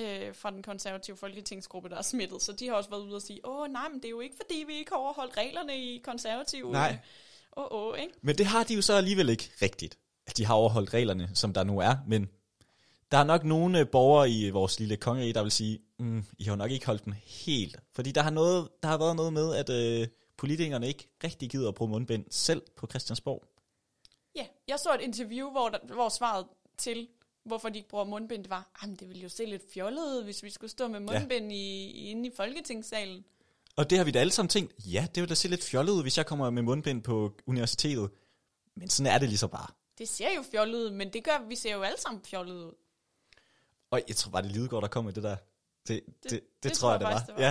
Speaker 2: øh, fra den konservative folketingsgruppe, der er smittet, så de har også været ude og sige, åh nej, men det er jo ikke, fordi vi ikke har overholdt reglerne i konservative. øh,
Speaker 3: Nej.
Speaker 2: Åh, åh, ikke?
Speaker 3: Men det har de jo så alligevel ikke rigtigt, at de har overholdt reglerne, som der nu er. Men der er nok nogle øh, borgere i vores lille kongerige, der vil sige, mm, I har jo nok ikke holdt den helt. Fordi der har, noget, der har været noget med, at øh, politikerne ikke rigtig gider at bruge mundbind selv på Christiansborg.
Speaker 2: Ja, jeg så et interview, hvor, der, hvor svaret til, hvorfor de ikke bruger mundbind, det var, jamen det ville jo se lidt fjollet, ud, hvis vi skulle stå med mundbind ja. i, inde i folketingssalen.
Speaker 3: Og det har vi da alle sammen tænkt, ja, det ville da se lidt fjollet ud, hvis jeg kommer med mundbind på universitetet. Men sådan er det lige så bare.
Speaker 2: Det ser jo fjollet ud, men det gør, vi ser jo alle sammen fjollet ud.
Speaker 3: Og jeg tror bare, det Lidegaard, der kom med det der. Det, det, det, det, det tror jeg, det var.
Speaker 2: faktisk,
Speaker 3: Det
Speaker 2: det
Speaker 3: var.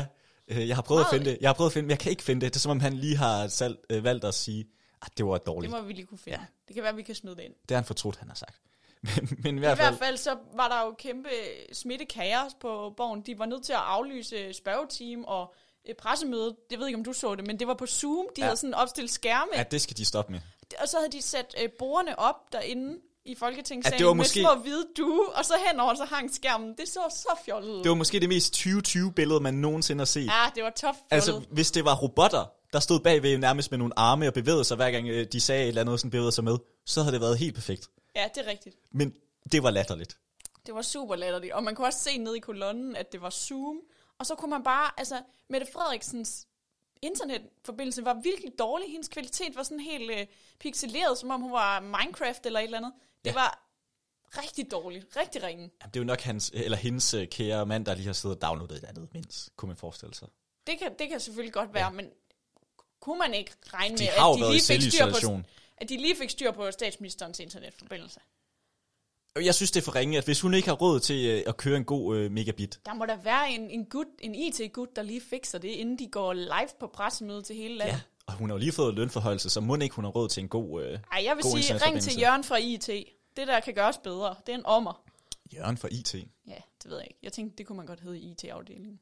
Speaker 2: var.
Speaker 3: Ja. Øh, Jeg har prøvet at
Speaker 2: Meget-
Speaker 3: finde det. Jeg har prøvet at finde det, men jeg kan ikke finde det. Det er som om, han lige har salg, øh, valgt at sige, at det var
Speaker 2: Det
Speaker 3: dårligt. Det,
Speaker 2: må vi lige kunne finde. Ja. Det kan være, vi kan smide det ind.
Speaker 3: det er han fortrudt, han har sagt. Men, men i
Speaker 2: I
Speaker 3: hvert fald,
Speaker 2: hvert fald så var der jo kæmpe smittekaos på borgen. De var nødt til at aflyse spørgeteam og øh, pressemødet. Jeg ved ikke, om du så det, men det var på Zoom. De
Speaker 3: Ja.
Speaker 2: ja. havde sådan opstillet skærme,
Speaker 3: at det skal de stoppe med.
Speaker 2: og så havde de sat øh, bordene op derinde i
Speaker 3: At
Speaker 2: Folketingssalen
Speaker 3: det var
Speaker 2: med
Speaker 3: måske-
Speaker 2: små hvide due, og så henover så hang skærmen. Det så så fjollet ud.
Speaker 3: Det var måske det mest 2020 billede, man nogensinde har set.
Speaker 2: Ja, det var tof fjollet.
Speaker 3: Altså, hvis det var robotter, der stod bagved nærmest med nogle arme og bevægede sig, hver gang øh, de sagde et eller andet, sådan bevægede sig med, så havde det været helt perfekt.
Speaker 2: Ja, det er rigtigt.
Speaker 3: Men det var latterligt.
Speaker 2: Det var super latterligt, og man kunne også se nede i kolonnen, at det var Zoom. Og så kunne man bare, altså, Mette Frederiksens internetforbindelse var virkelig dårlig. Hendes kvalitet var sådan helt øh, pixeleret, som om hun var Minecraft eller et eller andet. Det
Speaker 3: Ja.
Speaker 2: ja. var rigtig dårligt, rigtig ringe.
Speaker 3: Jamen, det er jo nok hans, eller hendes øh, kære mand, der lige har siddet og downloadet et eller andet, mens, kunne man forestille sig.
Speaker 2: Det kan, det kan selvfølgelig godt være, ja. men kunne man ikke regne
Speaker 3: De
Speaker 2: med,
Speaker 3: har jo
Speaker 2: at de,
Speaker 3: været
Speaker 2: lige
Speaker 3: i
Speaker 2: fik styr på,
Speaker 3: selvisolation.
Speaker 2: at de lige fik styr på statsministerens internetforbindelse?
Speaker 3: Jeg synes, det er for ringe, at hvis hun ikke har råd til øh, at køre en god øh, megabit.
Speaker 2: Der må da være en, en, gut, en IT-gut, der lige fikser det, inden de går live på pressemøde til hele landet.
Speaker 3: Ja. Og hun har jo lige fået lønforhøjelse, så må ikke hun har råd til en god øh,
Speaker 2: Ej, jeg vil
Speaker 3: god
Speaker 2: sige, ring til
Speaker 3: internetforbindelse.
Speaker 2: Jørgen fra IT. Det der kan gøres bedre. Det er en ommer.
Speaker 3: Jørgen fra IT.
Speaker 2: Ja, det ved jeg ikke. Jeg tænkte, det kunne man godt hedde i IT-afdelingen.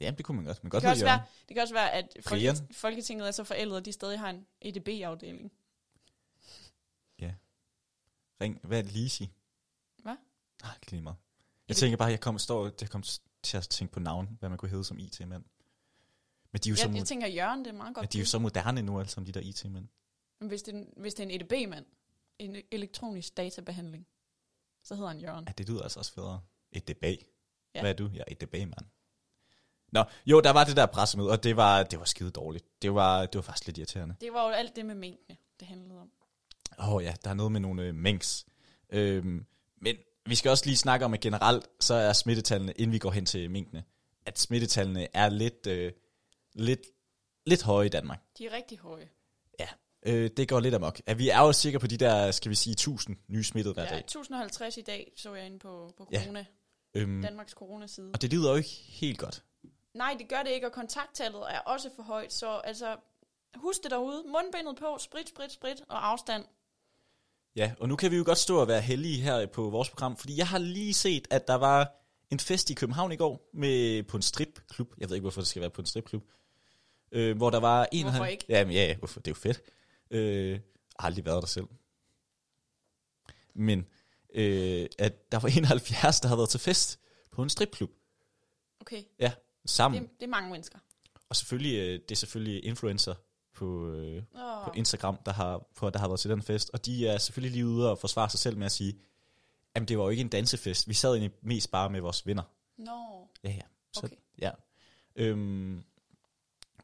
Speaker 3: Jamen, det kunne man godt. Man kan
Speaker 2: Det kan,
Speaker 3: godt
Speaker 2: også
Speaker 3: hedde Jørgen.
Speaker 2: være, det kan også være, at
Speaker 3: Brian.
Speaker 2: Folke, Folketinget er så forældet, at de stadig har en E EDB-afdeling.
Speaker 3: Ring, hvad er det, Lisi?
Speaker 2: Hvad?
Speaker 3: Nej, det er lige meget. Jeg tænker bare, jeg kom, står, jeg kom til at tænke på navn, hvad man kunne hedde som IT-mand. Men de er jo, ja, så,
Speaker 2: Jeg,
Speaker 3: mod,
Speaker 2: jeg tænker, Jørgen, det er meget
Speaker 3: men
Speaker 2: godt.
Speaker 3: de er jo så moderne nu, alle sammen, de der IT-mænd.
Speaker 2: bud. Hvis, det er, en- hvis det er en EDB-mand, en elektronisk databehandling, så hedder han Jørgen.
Speaker 3: Ja, det lyder altså også federe. Et debat. Ja.
Speaker 2: Ja.
Speaker 3: Hvad er du? Jeg er et debat, mand. Nå, jo, der var det der pressemøde, og det var, det var skide dårligt. Det var, det var faktisk lidt irriterende.
Speaker 2: Det var jo alt det med minkene, det handlede om.
Speaker 3: Åh oh, ja, der er noget med nogle øh, mængs. Øhm, men vi skal også lige snakke om, at generelt, så er smittetallene, inden vi går hen til minkene, at smittetallene er lidt, øh, lidt, lidt høje i Danmark.
Speaker 2: De er rigtig høje.
Speaker 3: Ja, øh, det går lidt amok. At vi er jo cirka på de der, skal vi sige, 1000 nye smittede hver
Speaker 2: Ja,
Speaker 3: dag.
Speaker 2: 1050 i dag, så jeg inde på, på
Speaker 3: Ja.
Speaker 2: corona,
Speaker 3: Øhm,
Speaker 2: Danmarks coronaside.
Speaker 3: og det lyder jo ikke helt godt.
Speaker 2: Nej, det gør det ikke, og kontakttallet er også for højt, så altså, husk det derude. Mundbindet på, sprit, sprit, sprit og afstand.
Speaker 3: Ja, og nu kan vi jo godt stå og være heldige her på vores program, fordi jeg har lige set, at der var en fest i København i går med, på en stripklub. Jeg ved ikke, hvorfor det skal være på en stripklub. Øh, hvor der var en...
Speaker 2: Hvorfor ikke?
Speaker 3: Jamen, ja, ja, hvorfor? Det er jo fedt. Øh, jeg har aldrig været der selv. Men øh, at der var 71, der havde været til fest på en stripklub.
Speaker 2: Okay,
Speaker 3: Ja, sammen.
Speaker 2: det, det er mange mennesker.
Speaker 3: Og selvfølgelig, øh, det er selvfølgelig influencer på, øh,
Speaker 2: Åh.
Speaker 3: på Instagram, der har, på, der har været til den fest, og de er selvfølgelig lige ude og forsvare sig selv med at sige, jamen det var jo ikke en dansefest, vi sad egentlig mest bare med vores venner.
Speaker 2: Nå,
Speaker 3: Ja, ja. Så,
Speaker 2: Okay.
Speaker 3: ja. Øhm,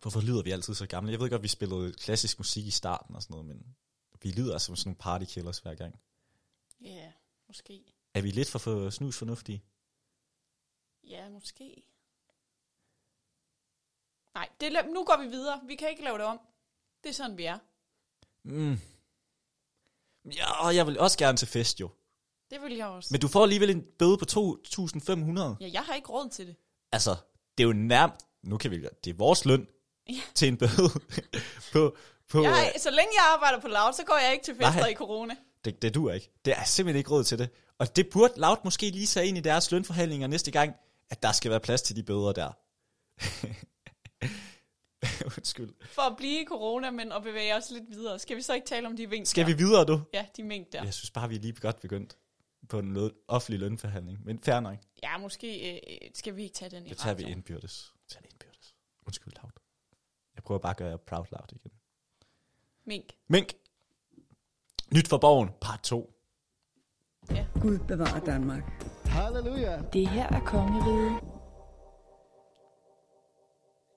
Speaker 3: hvorfor lyder vi altid så gamle? Jeg ved godt, vi spillede klassisk musik i starten og sådan noget, men vi lyder altså som sådan nogle partykillers hver gang.
Speaker 2: ja, yeah, måske.
Speaker 3: Er vi lidt for, for snus fornuftige?
Speaker 2: Ja, måske. Nej, det, la- nu går vi videre. Vi kan ikke lave det om. Det er sådan, vi er.
Speaker 3: Mm. Ja, og jeg vil også gerne til fest jo.
Speaker 2: Det vil jeg også.
Speaker 3: Men du får alligevel en bøde på 2.500.
Speaker 2: Ja, jeg har ikke råd til det.
Speaker 3: altså, det er jo nærmest, nu kan vi gøre, det er vores løn ja. til en bøde på, på
Speaker 2: Jeg,
Speaker 3: øh,
Speaker 2: så længe jeg arbejder på lav, så går jeg ikke til fester
Speaker 3: Nej.
Speaker 2: i corona.
Speaker 3: det, det duer ikke. Det er simpelthen ikke råd til det. Og det burde Loud måske lige sige ind i deres lønforhandlinger næste gang, at der skal være plads til de bøder der. Undskyld.
Speaker 2: For at blive i corona, men at bevæge os lidt videre. Skal vi så ikke tale om de vinkler?
Speaker 3: Skal vi videre, du?
Speaker 2: Ja, de mængder. der.
Speaker 3: Jeg synes bare, vi er lige godt begyndt på en løn, offentlig lønforhandling. Men fair nok,
Speaker 2: Ja, måske øh, øh, skal vi ikke tage den i
Speaker 3: det tager vi
Speaker 2: radioen.
Speaker 3: indbyrdes. Tag det indbyrdes. Undskyld, Loud. Jeg prøver bare at gøre jer proud Loud igen.
Speaker 2: Mink.
Speaker 3: Mink. Nyt for borgen, part 2.
Speaker 5: Gud bevarer Danmark.
Speaker 8: Hallelujah.
Speaker 6: Det her er kongeriget.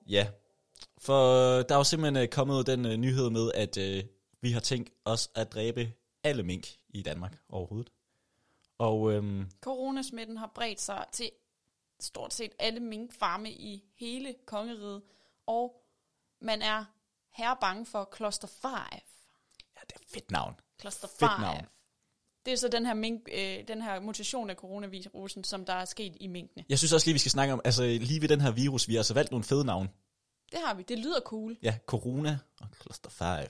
Speaker 3: Ja, for der er jo simpelthen øh, kommet den øh, nyhed med, at øh, vi har tænkt os at dræbe alle mink i Danmark overhovedet. Og øhm,
Speaker 2: Coronasmitten har bredt sig til stort set alle minkfarme i hele kongeriget, og man er her bange for cluster 5.
Speaker 3: ja, det er et fedt navn.
Speaker 2: Cluster 5.
Speaker 3: Fedt navn.
Speaker 2: Det er så den her, mink, øh, den her mutation af coronavirusen, som der er sket i minkene.
Speaker 3: Jeg synes også lige, vi skal snakke om, altså lige ved den her virus, vi har altså valgt nogle fede navne.
Speaker 2: Det har vi. Det lyder cool.
Speaker 3: Ja, corona og cluster 5.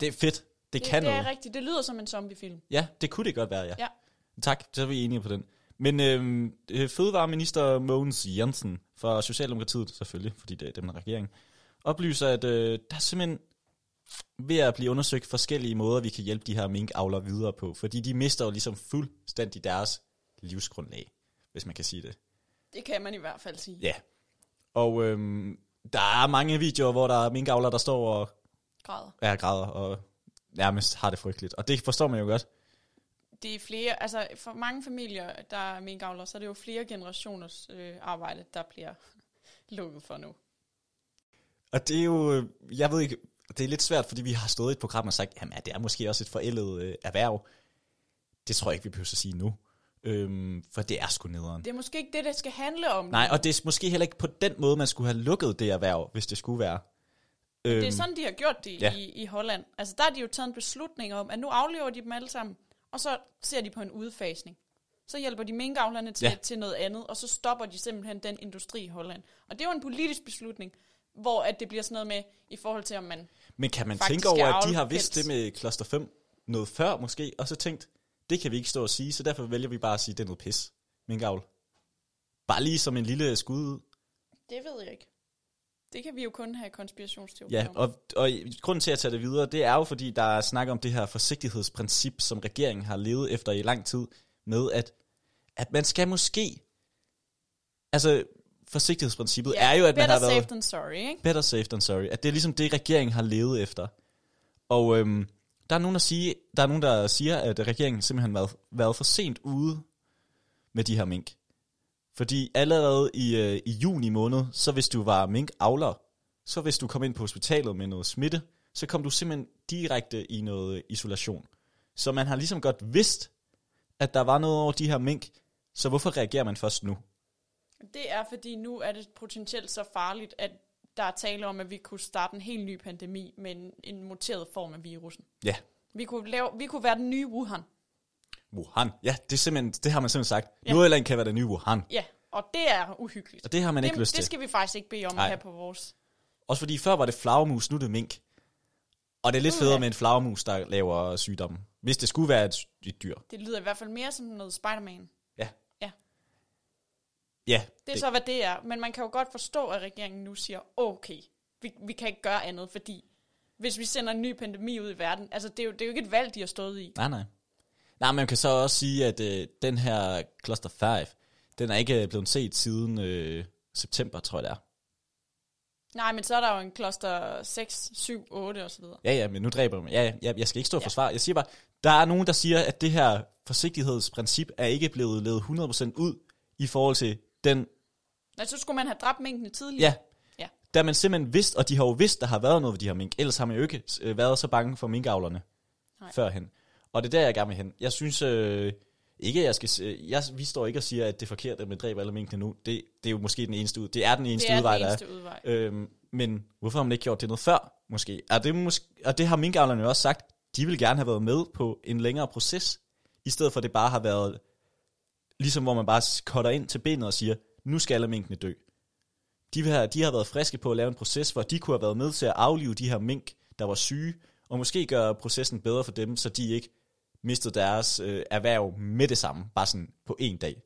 Speaker 3: Det er fedt. Det, det
Speaker 2: Det,
Speaker 3: kan
Speaker 2: det
Speaker 3: noget.
Speaker 2: er rigtigt. Det lyder som en zombiefilm.
Speaker 3: Ja, det kunne det godt være, ja.
Speaker 2: Ja.
Speaker 3: Tak, så er vi enige på den. Men øhm, øh, Fødevareminister Mogens Jensen fra Socialdemokratiet, selvfølgelig, fordi det er dem, der er regeringen, oplyser, at øh, der er simpelthen ved at blive undersøgt forskellige måder, vi kan hjælpe de her minkavlere videre på, fordi de mister jo ligesom fuldstændig deres livsgrundlag, hvis man kan sige det.
Speaker 2: Det kan man i hvert fald sige.
Speaker 3: Ja. Og øhm, der er mange videoer, hvor der er minkavlere, der står og
Speaker 2: Grader.
Speaker 3: ja, græder og nærmest har det frygteligt. Og det forstår man jo godt.
Speaker 2: det er flere, altså for mange familier, der er minkavlere, så er det jo flere generationers øh, arbejde, der bliver lukket for nu.
Speaker 3: Og det er jo, øh, jeg ved ikke, det er lidt svært, fordi vi har stået i et program og sagt, jamen ja, det er måske også et forældet øh, erhverv. Det tror jeg ikke, vi behøver at sige nu. Øhm, for det er sgu nederen.
Speaker 2: Det er måske ikke det, det skal handle om.
Speaker 3: Nej, og det er måske heller ikke på den måde, man skulle have lukket det erhverv, hvis det skulle være. Øhm,
Speaker 2: Det er sådan, de har gjort det
Speaker 3: ja.
Speaker 2: ja. i, i Holland. Altså, der har de jo taget en beslutning om, at nu aflever de dem alle sammen, og så ser de på en udfasning. Så hjælper de minkavlerne til,
Speaker 3: Ja.
Speaker 2: ja. til noget andet, og så stopper de simpelthen den industri i Holland. Og det er jo en politisk beslutning, hvor at det bliver sådan noget med, i forhold til om man...
Speaker 3: Men kan man
Speaker 2: faktisk
Speaker 3: tænke over,
Speaker 2: er
Speaker 3: at de har
Speaker 2: avlet
Speaker 3: vidst det
Speaker 2: pels.
Speaker 3: med kloster 5 noget før måske, og så tænkt, det kan vi ikke stå og sige, så derfor vælger vi bare at sige, det er noget pis, minkavl. Bare lige som en lille skud ud.
Speaker 2: Det ved jeg ikke. Det kan vi jo kun have konspirationsteorier
Speaker 3: Ja,
Speaker 2: om.
Speaker 3: og, og i- grunden til at tage det videre, det er jo fordi, der er snak om det her forsigtighedsprincip, som regeringen har levet efter i lang tid, med at, at man skal måske... Altså, forsigtighedsprincippet ja, er jo, at man
Speaker 2: Better
Speaker 3: har været...
Speaker 2: safe than sorry, ikke?
Speaker 3: Better safe than sorry. At det er ligesom det, regeringen har levet efter. Og øhm, der, er nogen, der, sige, der er nogen, der siger, at regeringen simpelthen har været, været for sent ude med de her mink. Fordi allerede i, øh, i juni måned, så hvis du var minkavler, så hvis du kom ind på hospitalet med noget smitte, så kom du simpelthen direkte i noget isolation. Så man har ligesom godt vidst, at der var noget over de her mink, så hvorfor reagerer man først nu?
Speaker 2: Det er, fordi nu er det potentielt så farligt, at der er tale om, at vi kunne starte en helt ny pandemi med en, en muteret form af virusen.
Speaker 3: Ja,
Speaker 2: Vi kunne, lave, vi kunne være den nye Wuhan.
Speaker 3: Wuhan. Ja, det, er simpelthen, det har man simpelthen sagt. Ja. Nordjylland kan være det nye Wuhan.
Speaker 2: Ja, og det er uhyggeligt.
Speaker 3: Og det har man
Speaker 2: det,
Speaker 3: ikke lyst
Speaker 2: det
Speaker 3: til.
Speaker 2: skal vi faktisk ikke bede om
Speaker 3: Nej.
Speaker 2: at have på vores...
Speaker 3: Også fordi før var det flagermus, nu er det mink. Og det er lidt
Speaker 2: Uha.
Speaker 3: federe med en flagermus, der laver sygdomme. Hvis det skulle være et, et dyr.
Speaker 2: Det lyder i hvert fald mere som noget Spider-Man.
Speaker 3: Ja.
Speaker 2: Ja.
Speaker 3: Ja.
Speaker 2: Det er så, hvad det er. Men man kan jo godt forstå, at regeringen nu siger, okay, vi, vi kan ikke gøre andet, fordi hvis vi sender en ny pandemi ud i verden, altså det er jo, det er jo ikke et valg, de har stået i.
Speaker 3: Nej, nej. Nej, man kan så også sige, at øh, den her Cluster 5, den er ikke øh, blevet set siden øh, september, tror jeg det er.
Speaker 2: Nej, men så er der jo en kloster 6, 7, 8 osv.
Speaker 3: Ja, ja, men nu dræber man. Ja, ja, jeg, jeg skal ikke stå og forsvare. Jeg siger bare, der er nogen, der siger, at det her forsigtighedsprincip er ikke blevet levet 100% ud i forhold til den
Speaker 2: Altså, så skulle man have dræbt minkene tidligere.
Speaker 3: Ja.
Speaker 2: Ja.
Speaker 3: Da man simpelthen vidste, og de har jo vidst, der har været noget ved de her mink, ellers har man jo ikke øh, været så bange for minkavlerne Nej.
Speaker 2: Nej.
Speaker 3: førhen. Og det er der, jeg gerne vil hen. Jeg synes øh, ikke, jeg skal... s- Øh, jeg, vi står ikke og siger, at det er forkert, at man dræber alle minkene nu. Det, det er jo måske den eneste ud. Det er den eneste
Speaker 2: Det er
Speaker 3: udvej,
Speaker 2: den eneste
Speaker 3: der
Speaker 2: udvej.
Speaker 3: er. Øhm, men hvorfor har man ikke gjort det noget før, måske? Er det måske? Og det har minkavlerne jo også sagt, de vil gerne have været med på en længere proces, i stedet for at det bare har været ligesom hvor man bare cutter ind til benet og siger, nu skal alle minkene dø. De har, de har været friske på at lave en proces, hvor de kunne have været med til at aflive de her mink, der var syge, og måske gøre processen bedre for dem, så de ikke mistede deres øh, erhverv med det samme, bare sådan på en dag.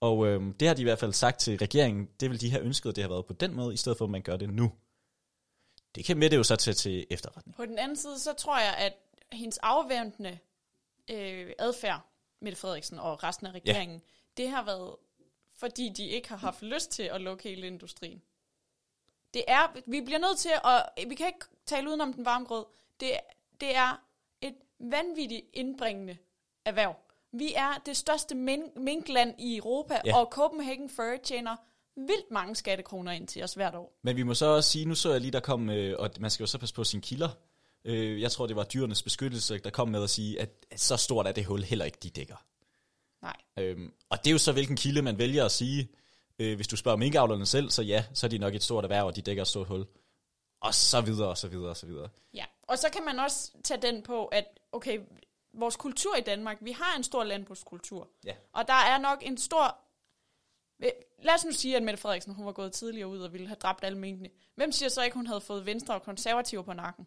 Speaker 3: Og øh, det har de i hvert fald sagt til regeringen, det vil de have ønsket, at det har været på den måde, i stedet for at man gør det nu. Det kan Mette jo så tage til efterretning.
Speaker 2: På den anden side, så tror jeg, at hendes afventende øh, adfærd, Mette Frederiksen og resten af regeringen, ja. det har været, fordi de ikke har haft lyst til at lukke hele industrien. Det er, vi bliver nødt til at, vi kan ikke tale udenom den varme grød, det, det er et vanvittigt indbringende erhverv. Vi er det største min- minkland i Europa,
Speaker 3: Ja.
Speaker 2: ja. og Copenhagen Fur tjener vildt mange skattekroner ind til os hvert år.
Speaker 3: Men vi må så også sige, nu så jeg lige, der kom, øh, og man skal jo så passe på sine kilder. Øh, jeg tror, det var dyrenes beskyttelse, der kom med at sige, at at så stort er det hul heller ikke, de dækker.
Speaker 2: Nej.
Speaker 3: Øhm, og det er jo så, hvilken kilde man vælger at sige. Øh, hvis du spørger minkavlerne selv, så ja, så er de nok et stort erhverv, og de dækker et stort hul. Og så videre, og så videre, og så videre.
Speaker 2: Ja, og så kan man også tage den på, at okay, vores kultur i Danmark, vi har en stor landbrugskultur.
Speaker 3: Ja.
Speaker 2: Og der er nok en stor... Øh, Lad os nu sige, at Mette Frederiksen hun var gået tidligere ud og ville have dræbt alle minkene. Hvem siger så ikke, hun havde fået Venstre og Konservative på nakken?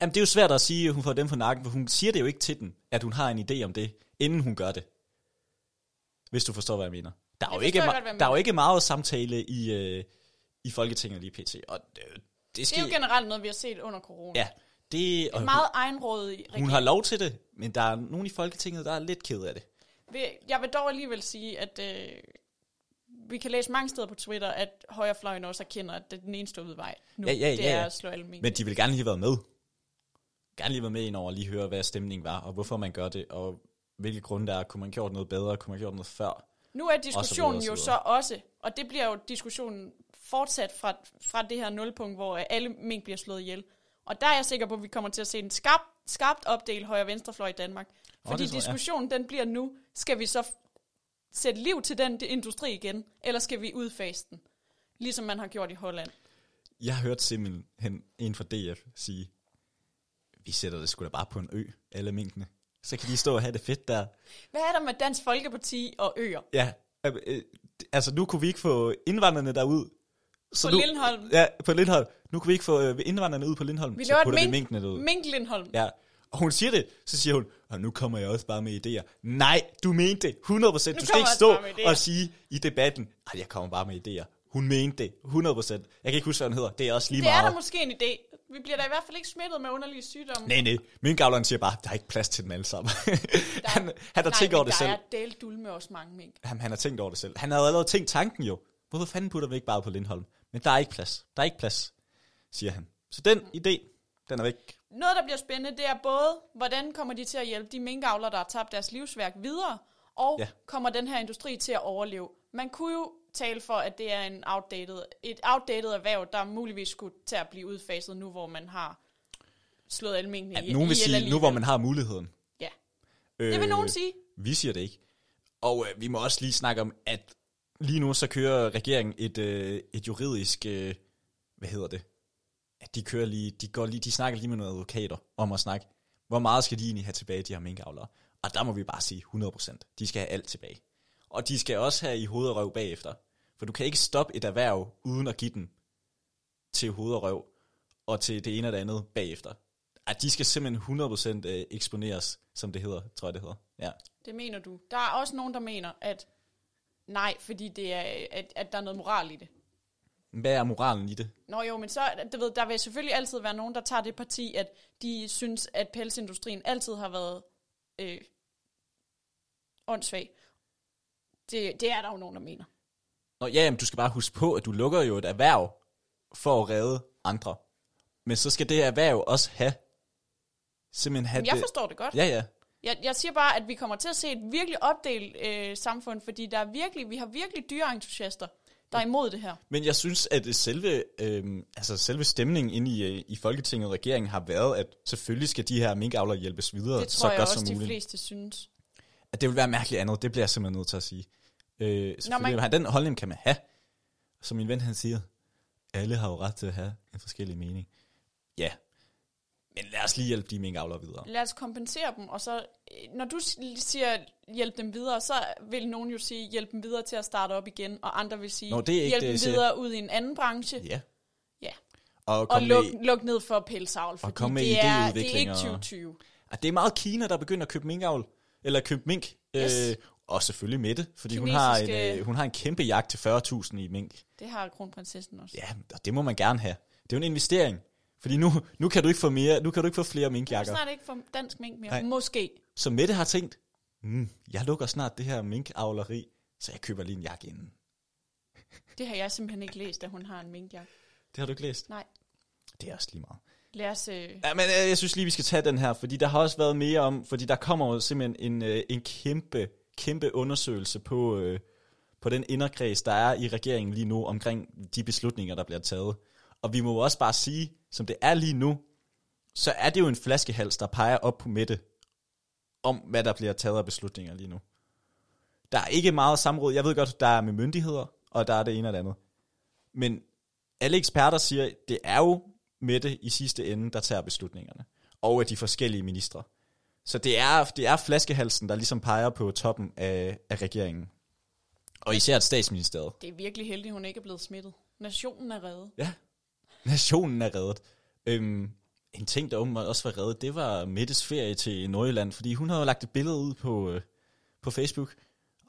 Speaker 3: Jamen, det er jo svært at sige, at hun får dem på nakken, for hun siger det jo ikke til den, at hun har en idé om det, inden hun gør det. Hvis du forstår, hvad jeg mener. Der er,
Speaker 2: Jeg
Speaker 3: jo ikke,
Speaker 2: forstår
Speaker 3: ma-
Speaker 2: godt, hvad du
Speaker 3: der er jo
Speaker 2: mener.
Speaker 3: ikke meget samtale i, øh, i Folketinget lige pt. Og øh, det,
Speaker 2: Det
Speaker 3: sker,
Speaker 2: er jo generelt noget, vi har set under corona.
Speaker 3: Ja, det, og
Speaker 2: Meget egenrådig
Speaker 3: hun, hun
Speaker 2: regering.
Speaker 3: har lov til det, men der er nogen i Folketinget, der er lidt ked af det.
Speaker 2: Vi- Jeg vil dog alligevel sige, at øh, vi kan læse mange steder på Twitter, at højrefløjen også erkender, at det er den eneste udvej nu,
Speaker 3: Ja, ja,
Speaker 2: det
Speaker 3: ja, ja.
Speaker 2: er at slå alle minkene.
Speaker 3: Men de vil gerne lige have været med. Gerne lige være med ind over og lige høre, hvad stemningen var, og hvorfor man gør det, og hvilke grunde der er. Kunne man gjort noget bedre? Kunne man gjort noget før?
Speaker 2: Nu er
Speaker 3: videre,
Speaker 2: diskussionen
Speaker 3: og så
Speaker 2: jo
Speaker 3: videre.
Speaker 2: så også, og det bliver jo diskussionen fortsat fra, fra det her nulpunkt, hvor øh, alle mink bliver slået ihjel. Og der er jeg sikker på, at vi kommer til at se en skarp, skarpt opdel højre og venstrefløj i Danmark. Fordi
Speaker 3: tror jeg.
Speaker 2: diskussionen, den bliver nu, skal vi så f- sætte liv til den industri igen, eller skal vi udfase den, ligesom man har gjort i Holland?
Speaker 3: Jeg har hørt simpelthen en fra DF sige, vi sætter det sgu da bare på en ø, alle minkene. Så kan de stå og have det fedt der.
Speaker 2: Hvad er der med Dansk Folkeparti og øer?
Speaker 3: Ja, øh, øh, altså nu kunne vi ikke få indvandrerne derud. Så
Speaker 2: På
Speaker 3: nu,
Speaker 2: Lindholm.
Speaker 3: Ja, på Lindholm. Nu kunne vi ikke få øh, indvandrerne ud på Lindholm,
Speaker 2: Vi
Speaker 3: så
Speaker 2: laver
Speaker 3: putter
Speaker 2: et
Speaker 3: vi
Speaker 2: mink,
Speaker 3: minkene derud.
Speaker 2: mink Lindholm. Ja.
Speaker 3: Ja. Og hun siger det, så siger hun, og nu kommer jeg også bare med idéer. Nej, du mente det, 100%. Du skal
Speaker 2: kommer
Speaker 3: ikke
Speaker 2: jeg
Speaker 3: stå
Speaker 2: også bare med idéer.
Speaker 3: og sige i debatten, at jeg kommer bare med idéer. Hun mente det, 100%. Jeg kan ikke huske, hvad hun hedder. Det er også lige
Speaker 2: Det er
Speaker 3: meget.
Speaker 2: der måske en idé. Vi bliver da i hvert fald ikke smittet med underlige sygdomme.
Speaker 3: Nej, nej. Minkavleren siger bare, der er ikke plads til dem alle sammen. han, han har
Speaker 2: Nej,
Speaker 3: tænkt
Speaker 2: men
Speaker 3: over det
Speaker 2: der
Speaker 3: selv.
Speaker 2: er delt dul med os mange mink.
Speaker 3: Jamen, han har tænkt over det selv. Han havde allerede tænkt tanken jo. Hvorfor fanden putter vi ikke bare på Lindholm? Men der er ikke plads. Der er ikke plads, siger han. Så den
Speaker 2: Mm.
Speaker 3: idé, den er væk.
Speaker 2: Noget, der bliver spændende, det er både, hvordan kommer de til at hjælpe de minkavlere, der har tabt deres livsværk videre, og
Speaker 3: Ja.
Speaker 2: ja. kommer den her industri til at overleve. Man kunne jo tale for, at det er en outdated, et outdated erhverv, der muligvis skulle til at blive udfaset nu, hvor man har slået alle minkene
Speaker 3: At
Speaker 2: ihjel-
Speaker 3: nogen vil
Speaker 2: ihjel
Speaker 3: sige, nu
Speaker 2: alligevel.
Speaker 3: hvor man har muligheden.
Speaker 2: Ja,
Speaker 3: Øh,
Speaker 2: det vil nogen sige.
Speaker 3: Vi siger det ikke. Og øh, vi må også lige snakke om, at lige nu så kører regeringen et, øh, et juridisk, øh, hvad hedder det? At de kører lige, de går lige, de snakker lige med nogle advokater om at snakke, hvor meget skal de egentlig have tilbage, de her minkavlere? Og der må vi bare sige 100%, de skal have alt tilbage. Og de skal også have i hoved og røv bagefter. For du kan ikke stoppe et erhverv, uden at give den til hoved og røv, og til det ene og det andet bagefter. At de skal simpelthen 100% øh, eksponeres, som det hedder, tror jeg det hedder. Ja.
Speaker 2: Det mener du. Der er også nogen, der mener, at nej, fordi det er, at, at der er noget moral i det.
Speaker 3: Hvad er moralen i det?
Speaker 2: Nå jo, men så, du ved, der vil selvfølgelig altid være nogen, der tager det parti, at de synes, at pelsindustrien altid har været øh, åndssvag. Det, det er der jo nogen, der mener.
Speaker 3: Nå ja, jamen, du skal bare huske på, at du lukker jo et erhverv for at redde andre. Men så skal det erhverv også have, simpelthen have
Speaker 2: Men jeg
Speaker 3: det.
Speaker 2: forstår det godt.
Speaker 3: Ja, ja.
Speaker 2: Jeg, jeg siger bare, at vi kommer til at se et virkelig opdelt øh, samfund, fordi der er virkelig, vi har virkelig dyreentusiaster, der er imod det her.
Speaker 3: Men jeg synes, at det selve, øh, altså selve stemningen inde i, øh, i Folketinget og regeringen har været, at selvfølgelig skal de her minkavlere hjælpes videre
Speaker 2: Det
Speaker 3: så
Speaker 2: tror jeg
Speaker 3: godt
Speaker 2: også,
Speaker 3: som
Speaker 2: de
Speaker 3: muligt.
Speaker 2: fleste synes.
Speaker 3: At det vil være mærkeligt andet, det bliver jeg simpelthen nødt til at sige. Øh, Når man... Den holdning kan man have. Som min ven han siger, alle har jo ret til at have en forskellig mening. Ja, men lad os lige hjælpe de minkavlere videre.
Speaker 2: Lad os kompensere dem, og så, øh, når du s- siger hjælp dem videre, så vil nogen jo sige hjælp dem videre til at starte op igen, og andre vil sige
Speaker 3: Nå, det er ikke
Speaker 2: hjælp
Speaker 3: det, jeg
Speaker 2: dem
Speaker 3: siger.
Speaker 2: videre ud i en anden branche.
Speaker 3: Ja.
Speaker 2: Ja.
Speaker 3: Og,
Speaker 2: Og
Speaker 3: kom
Speaker 2: luk,
Speaker 3: med,
Speaker 2: luk ned for pelsavl, fordi
Speaker 3: kom med
Speaker 2: det, er, det er
Speaker 3: idéudvikling
Speaker 2: ikke
Speaker 3: og-
Speaker 2: 2020.
Speaker 3: Ah, det er meget Kina, der begynder at købe minkavl, eller købe mink.
Speaker 2: Yes.
Speaker 3: Øh, og selvfølgelig Mette, fordi hun har, en,
Speaker 2: Kinesiske-
Speaker 3: øh, hun har en kæmpe jagt til 40.000 i mink.
Speaker 2: Det har kronprinsessen også.
Speaker 3: Ja, og det må man gerne have. Det er jo en investering. Fordi nu, nu kan du ikke få mere, nu kan du ikke få flere
Speaker 2: Jeg
Speaker 3: minkjakker.
Speaker 2: snart ikke for dansk mink mere.
Speaker 3: Nej.
Speaker 2: Måske.
Speaker 3: Så Mette har tænkt, mm, jeg lukker snart det her minkavleri, så jeg køber lige en jakke inden.
Speaker 2: Det har jeg simpelthen ikke læst, at hun har en minkjakke.
Speaker 3: Det har du ikke læst?
Speaker 2: Nej.
Speaker 3: Det er også lige meget.
Speaker 2: Lad os... Øh,
Speaker 3: Ja, men øh, jeg synes lige, vi skal tage den her, fordi der har også været mere om, fordi der kommer jo simpelthen en, øh, en kæmpe, kæmpe undersøgelse på, øh, på den inderkreds, der er i regeringen lige nu omkring de beslutninger, der bliver taget. Og vi må jo også bare sige, som det er lige nu, så er det jo en flaskehals, der peger op på Mette, om hvad der bliver taget af beslutninger lige nu. Der er ikke meget samråd. Jeg ved godt, der er med myndigheder, og der er det ene og det andet. Men alle eksperter siger, det er jo Mette i sidste ende, der tager beslutningerne. Og af de forskellige ministre. Så det er, det er flaskehalsen, der ligesom peger på toppen af, af regeringen. Og især at statsministeriet.
Speaker 2: det er virkelig heldigt, at hun ikke er blevet smittet. Nationen er reddet.
Speaker 3: Ja. Nationen er reddet. Øhm, en ting, der åbenbart også var reddet, det var Mettes ferie til Nordjylland, fordi hun havde jo lagt et billede ud på, øh, på Facebook,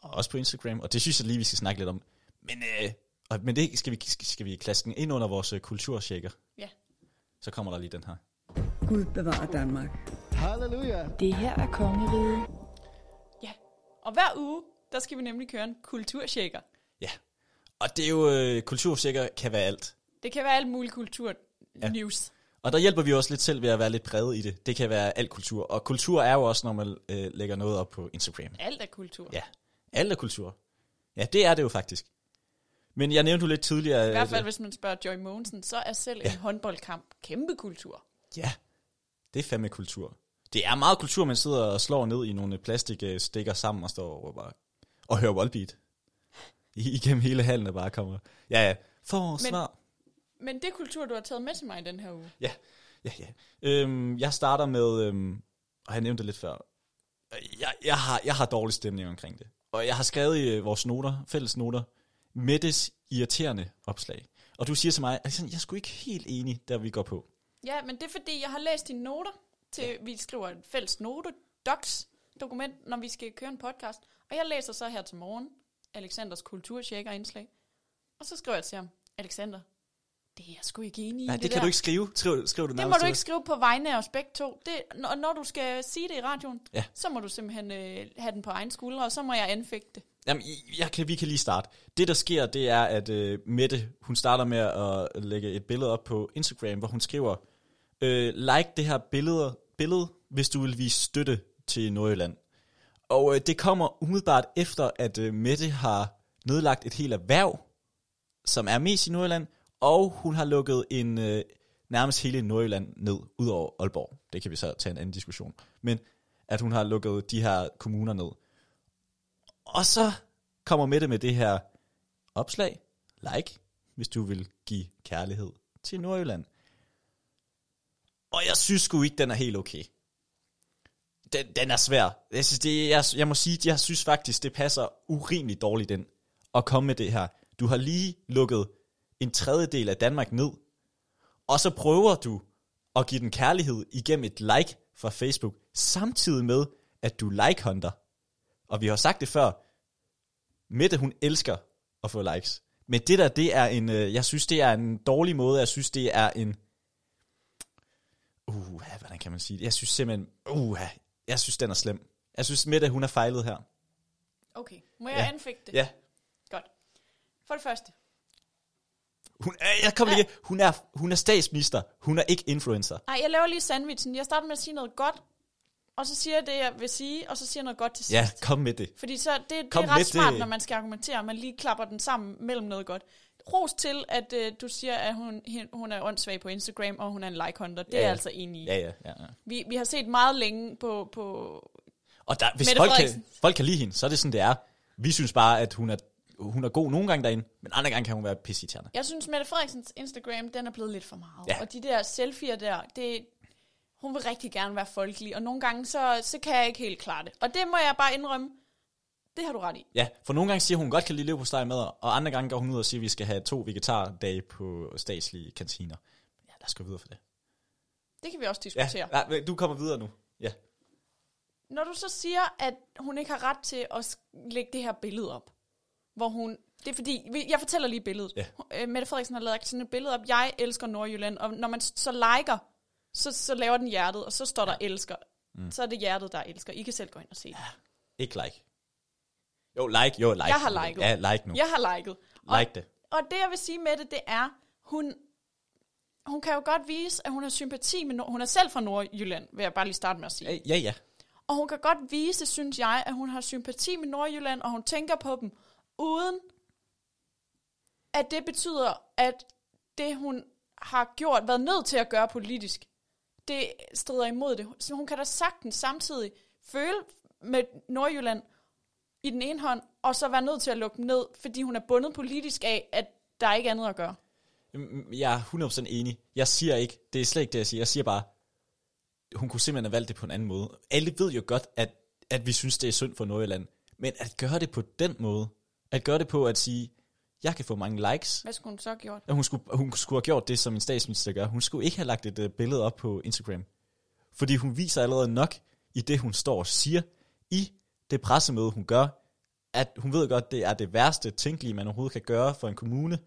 Speaker 3: og også på Instagram, og det synes jeg lige, vi skal snakke lidt om. Men, øh, og, men det skal vi, skal, skal vi klaske den ind under vores øh, kulturshaker.
Speaker 2: Ja.
Speaker 3: Så kommer der lige den her.
Speaker 5: Gud bevare Danmark.
Speaker 6: Halleluja. Det her er kongeriget.
Speaker 2: Ja. Og hver uge, der skal vi nemlig køre en kulturshaker.
Speaker 3: Ja. Og det er jo, øh, kultursikker kan være alt.
Speaker 2: Det kan være alt muligt kultur-news.
Speaker 3: Og der hjælper vi også lidt selv ved at være lidt præget i det. Det kan være alt kultur. Og kultur er jo også, når man øh, lægger noget op på Instagram.
Speaker 2: Alt er kultur.
Speaker 3: Ja, alt er kultur. Ja, det er det jo faktisk. Men jeg nævnte jo lidt tidligere...
Speaker 2: I hvert fald, hvis man spørger Joy Mogensen, så er selv ja. en håndboldkamp kæmpe kultur.
Speaker 3: Ja, det er fandme kultur. Det er meget kultur, man sidder og slår ned i nogle plastikstikker sammen og står og råber og hører Wallbeat. I, igennem hele halen, der bare kommer. Ja, ja. Forsvar.
Speaker 2: Men det kultur, du har taget med til mig i den her uge.
Speaker 3: Ja, ja, ja. Øhm, jeg starter med, øhm, og jeg nævnte det lidt før, jeg, jeg, har, jeg har dårlig stemning omkring det. Og jeg har skrevet i øh, vores noter, fælles noter, Mettes irriterende opslag. Og du siger til mig, at jeg er sgu ikke helt enig, der vi går på.
Speaker 2: Ja, men det er fordi, jeg har læst dine noter, til ja. vi skriver et fælles note, docs, dokument, når vi skal køre en podcast. Og jeg læser så her til morgen, Alexanders kulturchecker indslag. Og så skriver jeg til ham, Alexander, det er jeg sgu ikke enig i.
Speaker 3: Nej, det, det
Speaker 2: der.
Speaker 3: kan du ikke skrive. Skriv, skriv det
Speaker 2: Det
Speaker 3: nærmest
Speaker 2: må
Speaker 3: til
Speaker 2: du
Speaker 3: os.
Speaker 2: ikke skrive på vegne af os begge to. Det, og når du skal sige det i radioen,
Speaker 3: Ja.
Speaker 2: ja. så må du simpelthen øh, have den på egen skuldre, og så må jeg anfægte det.
Speaker 3: Jamen, I- jeg kan, vi kan lige starte. Det, der sker, det er, at øh, Mette, hun starter med at lægge et billede op på Instagram, hvor hun skriver, øh, like det her billede, billede, hvis du vil vise støtte til Nordjylland. Og øh, det kommer umiddelbart efter, at øh, Mette har nedlagt et helt erhverv, som er mest i Nordjylland, og hun har lukket en øh, nærmest hele Nordjylland ned, ud over Aalborg. Det kan vi så tage en anden diskussion. Men at hun har lukket de her kommuner ned. Og så kommer Mette med det her opslag. Like, hvis du vil give kærlighed til Nordjylland. Og jeg synes sgu ikke, den er helt okay. Den, den er svær. Jeg, synes, det, jeg, jeg må sige, jeg synes faktisk, det passer urimeligt dårligt den at komme med det her. Du har lige lukket en tredjedel af Danmark ned, og så prøver du at give den kærlighed igennem et like fra Facebook, samtidig med, at du like-hunter. Og vi har sagt det før, Mette, hun elsker at få likes. Men det der, det er en, øh, jeg synes, det er en dårlig måde. Jeg synes, det er en... Uh, hvordan kan man sige det? Jeg synes simpelthen, uh, jeg synes, den er slem. Jeg synes, Mette, hun er fejlet her.
Speaker 2: Okay, må jeg ja. anfægte det?
Speaker 3: Ja,
Speaker 2: Godt. For det første,
Speaker 3: hun er, jeg kom lige, hun er, hun er statsminister. Hun er ikke influencer.
Speaker 2: Ej, jeg laver lige sandwichen. Jeg starter med at sige noget godt, og så siger jeg det, jeg vil sige, og så siger jeg noget godt til sidst.
Speaker 3: Ja, kom med det.
Speaker 2: Fordi så, det, det
Speaker 3: Kom øh,
Speaker 2: er ret
Speaker 3: med
Speaker 2: smart,
Speaker 3: det.
Speaker 2: når man skal argumentere, at man lige klapper den sammen mellem noget godt. Ros til, at øh, du siger, at hun, hen- hun er åndssvag på Instagram, og hun er en like-hunter. Det
Speaker 3: Ja,
Speaker 2: ja, er
Speaker 3: ja.
Speaker 2: jeg altså enig i.
Speaker 3: Ja, ja, ja. ja.
Speaker 2: Vi, vi har set meget længe på... på
Speaker 3: Og der, hvis
Speaker 2: Mette
Speaker 3: folk kan,
Speaker 2: Frederiksen.
Speaker 3: folk kan lide hende, så er det sådan, det er. Vi synes bare, at hun er, hun er god nogle gange derinde, men andre gange kan hun være pissirriterende.
Speaker 2: jeg synes, Mette Frederiksens Instagram, den er blevet lidt for meget.
Speaker 3: Ja.
Speaker 2: Og de der selfies der, det, hun vil rigtig gerne være folkelig, og nogle gange, så, så kan jeg ikke helt klare det. Og det må jeg bare indrømme, det har du ret i.
Speaker 3: Ja, for nogle gange siger hun godt kan lide leverpostej med, og andre gange går hun ud og siger, at vi skal have to vegetardage på statslige kantiner. Ja, lad os gå videre for det.
Speaker 2: Det kan vi også
Speaker 3: Ja,
Speaker 2: diskutere. Ja.
Speaker 3: ja, men du kommer videre nu. Ja,
Speaker 2: Når du så siger, at hun ikke har ret til at s- lægge det her billede op, hvor hun... Det er fordi, vi- jeg fortæller lige billedet.
Speaker 3: Ja.
Speaker 2: Hun- Øh, Mette Frederiksen har lagt sådan et billede op. Jeg elsker Nordjylland, og når man s- så liker, så, så laver den hjertet, og så står der elsker. Mm. Så er det hjertet, der elsker. I kan selv gå ind og se det.
Speaker 3: ikke like. Jo, like, jo, like.
Speaker 2: Jeg har liket.
Speaker 3: Ja, like nu.
Speaker 2: Jeg har liket. Og,
Speaker 3: Like det.
Speaker 2: Og det, jeg vil sige med det, det er, hun, hun kan jo godt vise, at hun har sympati med... Nord- hun er selv fra Nordjylland, vil jeg bare lige starte med at sige.
Speaker 3: Ja, ja, ja.
Speaker 2: Og hun kan godt vise, synes jeg, at hun har sympati med Nordjylland, og hun tænker på dem, uden at det betyder, at det, hun har gjort, været nødt til at gøre politisk, det strider imod det. Så hun kan da sagtens samtidig føle med Nordjylland i den ene hånd, og så være nødt til at lukke dem ned, fordi hun er bundet politisk af, at der er ikke andet at gøre.
Speaker 3: Mm, Jeg er 100% enig. Jeg siger ikke, det er slet ikke det, jeg siger. Jeg siger bare, hun kunne simpelthen have valgt det på en anden måde. Alle ved jo godt, at, at vi synes, det er synd for Nordjylland. Men at gøre det på den måde, at gøre det på at sige, jeg kan få mange likes,
Speaker 2: Hvad skulle hun så have gjort?
Speaker 3: at hun skulle, hun skulle have gjort det, som en statsminister gør. Hun skulle ikke have lagt et øh, billede op på Instagram. Fordi hun viser allerede nok i det, hun står og siger i det pressemøde, hun gør, at hun ved godt, det er det værste tænkelige, man overhovedet kan gøre for en kommune,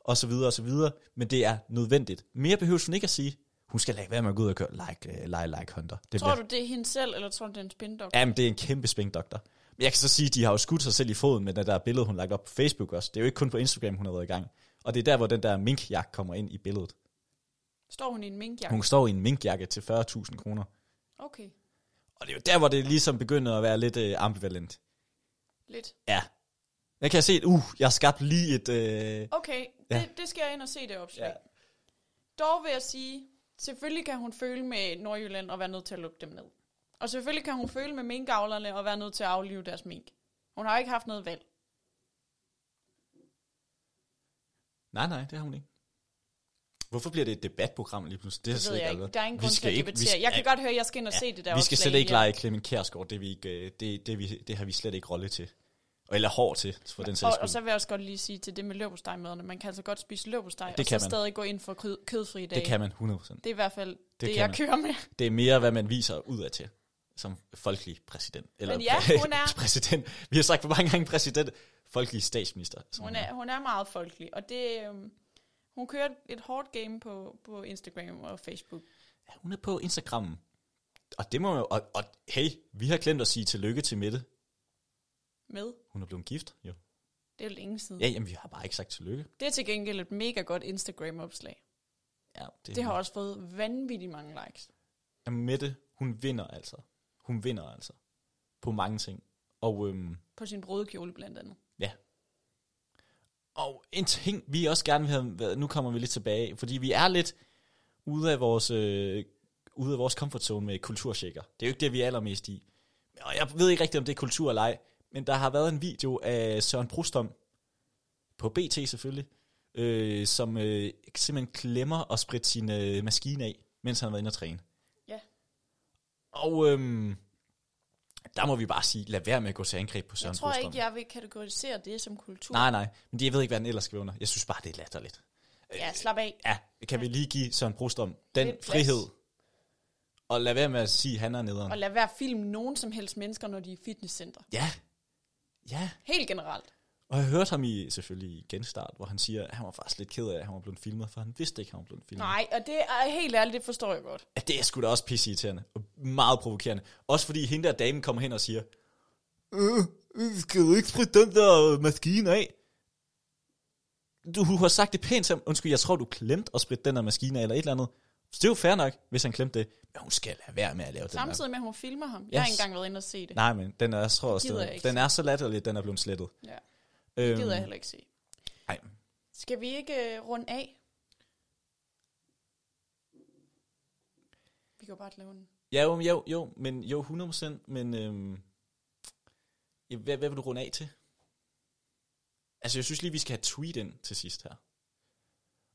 Speaker 3: og så videre og så videre, men det er nødvendigt. Mere behøver hun ikke at sige. Hun skal lade være med at gå ud og køre like, øh, lege like hunter. Det
Speaker 2: Tror du, det er hende selv, eller tror du, det er en spindok?
Speaker 3: Jamen, det er en kæmpe spændoktor. Men jeg kan så sige, at de har jo skudt sig selv i foden med det der billede, hun har lagt op på Facebook også. Det er jo ikke kun på Instagram, hun har været i gang. Og det er der, hvor den der minkjakke kommer ind i billedet.
Speaker 2: Står hun i en minkjakke?
Speaker 3: Hun står i en minkjakke til 40.000 kroner.
Speaker 2: Okay,
Speaker 3: Og det er jo der, hvor det ligesom begynder at være lidt øh, ambivalent.
Speaker 2: lidt.
Speaker 3: Ja. Jeg kan se, at uh, jeg har skabt lige et... Øh,
Speaker 2: Okay,
Speaker 3: Ja.
Speaker 2: ja. det, det skal jeg ind og se det opslag.
Speaker 3: Ja.
Speaker 2: Ja. Dog vil jeg sige, selvfølgelig kan hun føle med Nordjylland og være nødt til at lukke dem ned. Og selvfølgelig kan hun føle med minkavlerne og være nødt til at aflive deres mink. Hun har ikke haft noget valg.
Speaker 3: Nej, nej, det har hun ikke. Hvorfor bliver det et debatprogram lige pludselig? Det, er
Speaker 2: Det
Speaker 3: slet
Speaker 2: ved jeg
Speaker 3: aldrig-
Speaker 2: ikke. Der er ingen grund til at
Speaker 3: vi
Speaker 2: debattere.
Speaker 3: skal-
Speaker 2: Jeg kan godt høre, at jeg skal ind og
Speaker 3: Ja,
Speaker 2: se det der
Speaker 3: Vi skal
Speaker 2: opslag
Speaker 3: slet ikke
Speaker 2: igen.
Speaker 3: lege Clemen Kærsgaard. Det, er vi ikke, øh, det, det, er vi, det har vi slet ikke rolle til. Eller hår til, for den sags
Speaker 2: Og, og
Speaker 3: skyld.
Speaker 2: så vil jeg også godt lige sige til det med løbostejmaderne, man kan altså godt spise løbosteg,
Speaker 3: Det
Speaker 2: og så
Speaker 3: kan man.
Speaker 2: stadig gå ind for kød, kødfri dage.
Speaker 3: Det kan man 100%.
Speaker 2: Det er i hvert fald det,
Speaker 3: kan
Speaker 2: det jeg
Speaker 3: man.
Speaker 2: kører med.
Speaker 3: Det er mere, hvad man viser udad til som folkelig præsident. Eller
Speaker 2: Men ja, hun er-
Speaker 3: præsident. Vi har sagt for mange gange præsident. Folkelig statsminister. som
Speaker 2: Hun er, hun er meget folkelig, og det, øhm, hun kører et hårdt game på, på Instagram og Facebook.
Speaker 3: Ja, hun er på Instagram. Og det må jo, og, og hey, vi har glemt at sige tillykke til Mette.
Speaker 2: Med.
Speaker 3: Hun er blevet gift, jo.
Speaker 2: Det er jo længe siden.
Speaker 3: Ja, jamen, vi har bare ikke sagt tillykke.
Speaker 2: Det er til gengæld et mega godt Instagram-opslag.
Speaker 3: Ja,
Speaker 2: Det har også fået vanvittigt mange likes.
Speaker 3: Jamen, Mette, hun vinder altså. Hun vinder altså. På mange ting. Og øhm,
Speaker 2: På sin brudekjole blandt andet.
Speaker 3: ja. Og en ting, vi også gerne vil have været, nu kommer vi lidt tilbage, fordi vi er lidt ude af vores, øh, ude af vores comfort zone med kulturshaker. Det er jo ikke det, vi er allermest i. Og jeg ved ikke rigtigt, om det er kultur eller ej, men der har været en video af Søren Brustom, på BT selvfølgelig, øh, som øh, simpelthen klemmer og spritter sin øh, maskine af, mens han har været inde og træne.
Speaker 2: Ja.
Speaker 3: Og øhm, der må vi bare sige, lad være med at gå til angreb på Søren
Speaker 2: Jeg tror
Speaker 3: Brostrøm.
Speaker 2: ikke, jeg vil kategorisere det som kultur.
Speaker 3: Nej, nej, men det, jeg ved ikke, hvad den ellers skal være under. Jeg synes bare, det er latterligt.
Speaker 2: Ja, slap af.
Speaker 3: Ja, kan vi lige give Søren Brostrøm den
Speaker 2: Lidt plads.
Speaker 3: frihed? Og lad være med at sige, at han er nederen.
Speaker 2: Og lad være film nogen som helst mennesker, når de er i fitnesscenter.
Speaker 3: Ja, ja.
Speaker 2: Helt generelt.
Speaker 3: Og jeg hørte ham i, selvfølgelig i genstart, hvor han siger, at han var faktisk lidt ked af, at han var blevet filmet, for han vidste ikke, at han var blevet filmet.
Speaker 2: Nej, og det er helt ærligt, det forstår jeg godt.
Speaker 3: at Mm. det er sgu da også pisseirriterende. Og meget provokerende. Også fordi hende der damen kommer hen og siger, øh, øh, skal du ikke spritte den der øh, maskine af? Du har sagt det pænt som, undskyld, jeg tror du klemte at spritte den der maskine af, eller et eller andet. Så det er jo fair nok, hvis han klemte det. Men hun skal lade være med at lave den der.
Speaker 2: Samtidig med, at hun filmer ham. Jeg har
Speaker 3: Yes.
Speaker 2: ikke engang været inde og se det.
Speaker 3: Nej, men den er, jeg tror også,
Speaker 2: gider
Speaker 3: den,
Speaker 2: jeg
Speaker 3: er-
Speaker 2: ikke
Speaker 3: den er så latterlig, den er blevet slettet.
Speaker 2: Ja,
Speaker 3: Øhm,
Speaker 2: det gider jeg heller ikke se.
Speaker 3: Nej,
Speaker 2: Skal vi ikke øh, runde af? Vi kan jo bare lave en...
Speaker 3: Ja, jo, jo, jo, men jo, 100%, men øhm, ja, hvad, hvad vil du runde af til? Altså, jeg synes lige, vi skal have tweet ind til sidst her.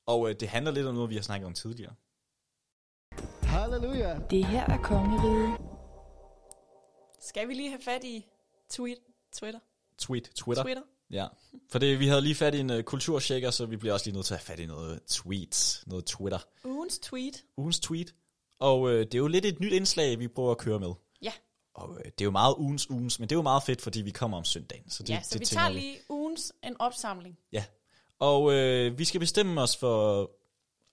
Speaker 3: Og øh, det handler lidt om noget, vi har snakket om tidligere.
Speaker 6: Halleluja.
Speaker 5: Det her er kongeriget.
Speaker 2: Skal vi lige have fat i tweet? Twitter?
Speaker 3: Tweet, Twitter.
Speaker 2: Twitter?
Speaker 3: Ja, for det, vi havde lige fat i en øh, kulturshaker, så vi bliver også lige nødt til at have fat i noget tweets, noget Twitter.
Speaker 2: Ugens tweet.
Speaker 3: Ugens tweet. Og øh, det er jo lidt et nyt indslag, vi prøver at køre med.
Speaker 2: Ja,
Speaker 3: Og øh, det er jo meget ugens ugens, men det er jo meget fedt, fordi vi kommer om søndagen. Så det,
Speaker 2: ja så
Speaker 3: det
Speaker 2: vi
Speaker 3: tænker
Speaker 2: tager lige ugens en opsamling.
Speaker 3: Ja, og øh, vi skal bestemme os for,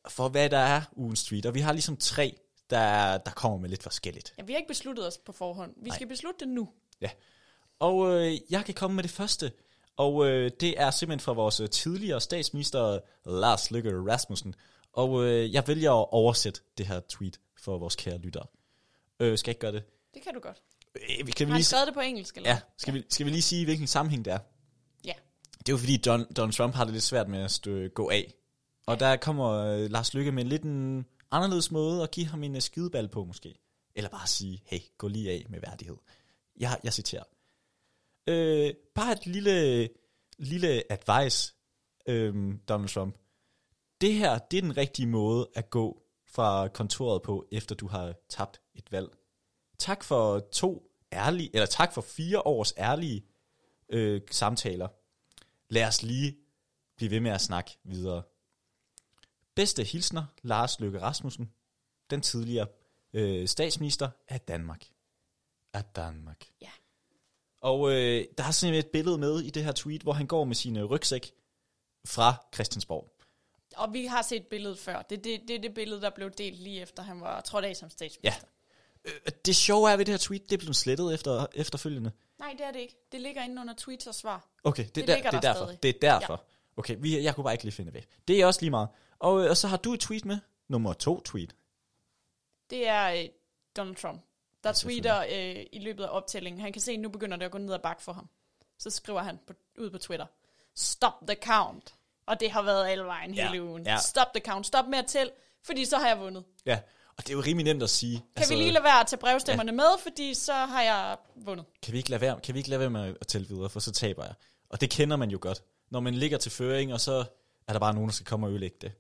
Speaker 3: for, hvad der er ugens tweet, og vi har ligesom tre, der, der kommer med lidt forskelligt.
Speaker 2: Ja, vi har ikke besluttet os på forhånd. Vi skal beslutte det nu.
Speaker 3: Ja. Og øh, jeg kan komme med det første, og øh, det er simpelthen fra vores øh, tidligere statsminister, Lars Løkke Rasmussen, og øh, jeg vælger at oversætte det her tweet for vores kære lyttere. Øh, skal jeg ikke gøre det?
Speaker 2: Det kan du godt.
Speaker 3: Øh, vi- kan vi
Speaker 2: Har han
Speaker 3: lige, s-
Speaker 2: skrevet det på engelsk, eller?
Speaker 3: ja, skal, vi, skal vi lige sige, hvilken sammenhæng det er?
Speaker 2: ja.
Speaker 3: Det er jo fordi, Don, Donald Trump har det lidt svært med at stø, gå af. Og der kommer øh, Lars Lykke med lidt en anderledes måde at give ham en øh, skideball på, måske. Eller bare sige, hey, gå lige af med værdighed. Jeg, jeg citerer. Øh, bare et lille, lille advice, øh, Donald Trump. Det her, det er den rigtige måde at gå fra kontoret på, efter du har tabt et valg. Tak for to ærlige, eller tak for fire års ærlige øh, samtaler lad os lige blive ved med at snakke videre. Bedste hilsner, Lars Løkke Rasmussen, den tidligere øh, statsminister af Danmark. Af Danmark.
Speaker 2: Ja.
Speaker 3: Og øh, der er simpelthen et billede med i det her tweet, hvor han går med sin øh, rygsæk fra Christiansborg.
Speaker 2: Og vi har set billedet før. Det er det, det, er det billede, der blev delt lige efter, han var trådt af som
Speaker 3: Ja.
Speaker 2: statsminister.
Speaker 3: Øh, Det sjove er ved det her tweet, det er blevet slettet efter, efterfølgende.
Speaker 2: Nej, det er det ikke. Det ligger inde under tweets og svar.
Speaker 3: Okay, det,
Speaker 2: Det
Speaker 3: det, der, det
Speaker 2: ligger
Speaker 3: er
Speaker 2: der
Speaker 3: derfor.
Speaker 2: stadig.
Speaker 3: Det er derfor. Ja. Okay, vi, jeg kunne bare ikke lige finde ved. Det er også lige meget. Og, øh, og så har du et tweet med. Nummer to tweet.
Speaker 2: Det er øh, Donald Trump, der
Speaker 3: selvfølgelig.
Speaker 2: tweeter øh, i løbet af optællingen. Han kan se, at nu begynder det at gå ned ad bakke for ham. Så skriver han på, ud på Twitter, stop the count. Og det har været alle vejen
Speaker 3: Ja,
Speaker 2: hele ugen.
Speaker 3: ja.
Speaker 2: Stop the count. Stop med at tælle, fordi så har jeg vundet.
Speaker 3: Ja, og Og det er jo rimelig nemt at sige.
Speaker 2: Kan altså, vi lige lade være at tage brevstemmerne ja. med, fordi så har jeg vundet.
Speaker 3: kan vi ikke lade være, kan vi ikke lade være med at tælle videre, for så taber jeg. Og det kender man jo godt. Når man ligger til føring, og så er der bare nogen, der skal komme og ødelægge det.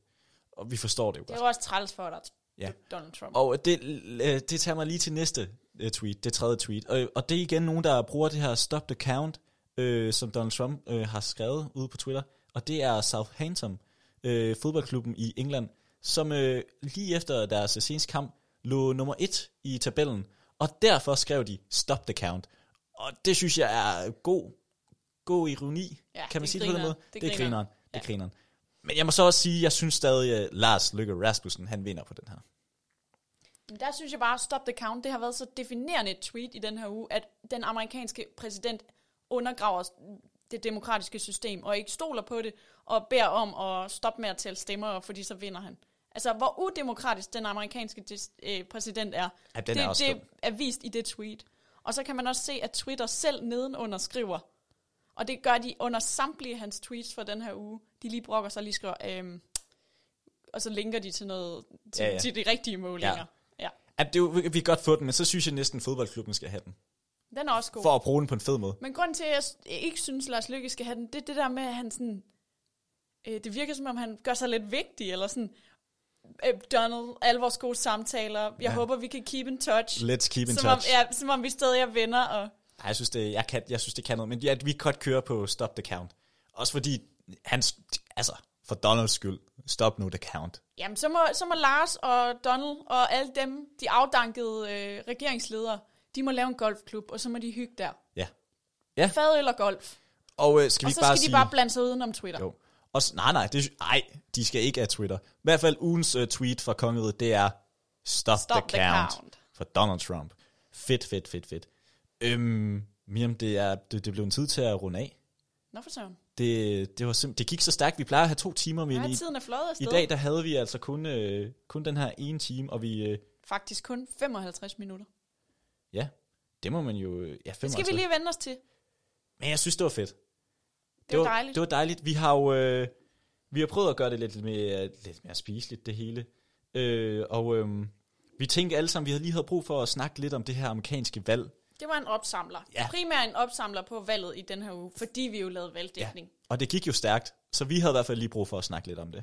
Speaker 3: Og vi forstår det jo
Speaker 2: Det
Speaker 3: godt.
Speaker 2: er jo også træls for dig,
Speaker 3: Altså- Ja.
Speaker 2: Donald Trump.
Speaker 3: Og det, øh, det tager mig lige til næste øh, tweet, det tredje tweet. Og, og det er igen nogen, der bruger det her stop the count, øh, som Donald Trump øh, har skrevet ude på Twitter. Og det er Southampton, øh, fodboldklubben i England, som øh, lige efter deres øh, seneste kamp lå nummer et i tabellen. Og derfor skrev de stop the count. Og det synes jeg er god, god ironi,
Speaker 2: Ja,
Speaker 3: kan man
Speaker 2: det
Speaker 3: sige det på den
Speaker 2: griner.
Speaker 3: måde.
Speaker 2: Det
Speaker 3: Det er
Speaker 2: griner.
Speaker 3: grineren. Det er grineren. Men jeg må så også sige, at jeg synes stadig, at Lars Løkke Rasmussen, han vinder på den her.
Speaker 2: Men der synes jeg bare, at Stop the Count, det har været så definerende et tweet i den her uge, at den amerikanske præsident undergraver det demokratiske system, og ikke stoler på det, og beder om at stoppe med at tælle stemmer, fordi så vinder han. Altså, hvor udemokratisk den amerikanske dis- øh, præsident er,
Speaker 3: Ja, den
Speaker 2: det,
Speaker 3: er også
Speaker 2: det
Speaker 3: dum.
Speaker 2: er vist i det tweet. Og så kan man også se, at Twitter selv nedenunder skriver, og det gør de under samtlige hans tweets fra den her uge, de lige brokker sig og lige skriver, øhm, og så linker de til noget til,
Speaker 3: Ja,
Speaker 2: ja,
Speaker 3: ja.
Speaker 2: ja. til de rigtige målinger.
Speaker 3: Ja.
Speaker 2: Ja. ja.
Speaker 3: At det, er jo- vi kan godt få den, men så synes jeg næsten, at fodboldklubben skal have den.
Speaker 2: Den er også god.
Speaker 3: For
Speaker 2: For...
Speaker 3: at bruge den på en fed måde.
Speaker 2: Men grunden til, at jeg s- ikke synes, Lars Lykke skal have den, det er det der med, at han sådan... Øh, det virker som om, han gør sig lidt vigtig, eller sådan... Øh, Donald, alle vores gode samtaler. Jeg ja. håber, vi kan keep in touch.
Speaker 3: Let's keep in
Speaker 2: som Om,
Speaker 3: touch.
Speaker 2: ja, som om vi stadig er venner, og...
Speaker 3: Ej, jeg, synes, det, jeg, kan, jeg synes, det kan noget, men ja, vi kan godt køre på stop the count. Også fordi, hans, altså, for Donalds skyld, stop nu the count.
Speaker 2: Jamen, så må, så må Lars og Donald og alle dem, de afdankede øh, regeringsledere, de må lave en golfklub, og så må de hygge der.
Speaker 3: Ja.
Speaker 2: Fadøl og golf.
Speaker 3: Og øh, skal
Speaker 2: Og
Speaker 3: vi ikke
Speaker 2: så skal
Speaker 3: bare
Speaker 2: de
Speaker 3: sige...
Speaker 2: bare blande sig udenom Twitter.
Speaker 3: jo. Og, s- nej, nej, det, sy- ej, de skal ikke af Twitter. I hvert fald ugens øh, tweet fra kongeriget, det er stop,
Speaker 2: Stop
Speaker 3: the,
Speaker 2: the
Speaker 3: count.
Speaker 2: count.
Speaker 3: For Donald Trump. Fedt, fedt, fedt, fedt. Øhm, Miriam, det er, det, det blev en tid til at runde af.
Speaker 2: Nå for søren.
Speaker 3: Det, det, var simp- det gik så stærkt. Vi plejer at have to timer, men
Speaker 2: Ja,
Speaker 3: i,
Speaker 2: tiden er fløjet
Speaker 3: i
Speaker 2: afsted.
Speaker 3: dag der havde vi altså kun, øh, kun den her ene time, og vi... Øh,
Speaker 2: Faktisk kun 55 minutter.
Speaker 3: ja, det må man jo... øh, Ja,
Speaker 2: Det skal vi
Speaker 3: 55.
Speaker 2: lige vende os til.
Speaker 3: Men jeg synes, det var fedt. Det,
Speaker 2: Det var dejligt.
Speaker 3: Det var dejligt. Vi har jo... Øh, vi har prøvet at gøre det lidt mere, lidt mere spiseligt, det hele. Øh, og øh, vi tænkte alle sammen, vi havde lige havde brug for at snakke lidt om det her amerikanske valg.
Speaker 2: Det var en opsamler.
Speaker 3: Ja.
Speaker 2: Ja. Primært en opsamler på valget i den her uge, fordi vi jo lavede valgdækning. Ja.
Speaker 3: Og det gik jo stærkt, så vi havde i hvert fald lige brug for at snakke lidt om det.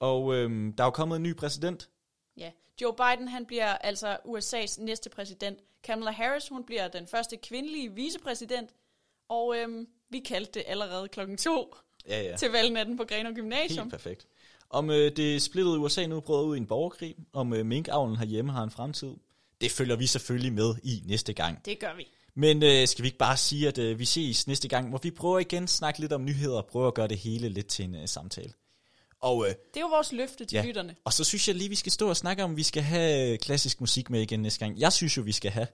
Speaker 3: Og øh, der er jo kommet en ny præsident.
Speaker 2: Ja. Joe Biden, han bliver altså USA's næste præsident. Kamala Harris, hun bliver den første kvindelige vicepræsident. Og øhm, vi kaldte det allerede klokken to
Speaker 3: Ja, ja.
Speaker 2: ja. til valgnatten på Grenaa Gymnasium.
Speaker 3: Helt perfekt. Om øh, det splittede USA nu brød ud i en borgerkrig, om øh, minkavlen herhjemme har en fremtid, det følger vi selvfølgelig med i næste gang.
Speaker 2: Det gør vi.
Speaker 3: Men øh, skal vi ikke bare sige, at øh, vi ses næste gang, hvor vi prøver igen at snakke lidt om nyheder og prøver at gøre det hele lidt til en øh, samtale. Og, øh,
Speaker 2: Det er jo vores løfte til ja. lytterne.
Speaker 3: og så synes jeg lige, vi skal stå og snakke om, at vi skal have øh, klassisk musik med igen næste gang. Jeg synes jo, vi skal have.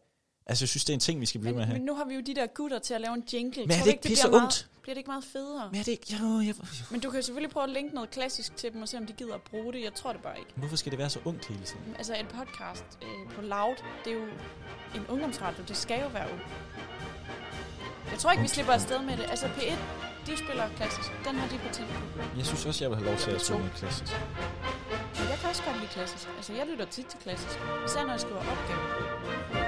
Speaker 3: Altså, jeg synes, det er en ting, vi skal blive med at have.
Speaker 2: Men nu har vi jo de der gutter til at lave en jingle.
Speaker 3: Men er
Speaker 2: Tror
Speaker 3: det
Speaker 2: du
Speaker 3: ikke pisse
Speaker 2: bliver, meget,
Speaker 3: ondt?
Speaker 2: bliver det ikke meget federe?
Speaker 3: Men er det ikke... Jo, jeg,
Speaker 2: Men du kan jo selvfølgelig prøve at linke noget klassisk til dem og se, om de gider at bruge det. Jeg tror det bare ikke.
Speaker 3: hvorfor skal det være så ungt hele tiden?
Speaker 2: Altså et podcast øh, på Loud, det er jo en ungdomsradio. Det skal jo være ung. Jeg tror ikke, vi slipper afsted med det. Altså P1, de spiller klassisk. Den har de patent på.
Speaker 3: Jeg synes også, jeg vil have lov til at spille noget klassisk.
Speaker 2: Men jeg kan også godt lide klassisk. Altså jeg lytter tit til klassisk. Især når jeg skriver opgaver.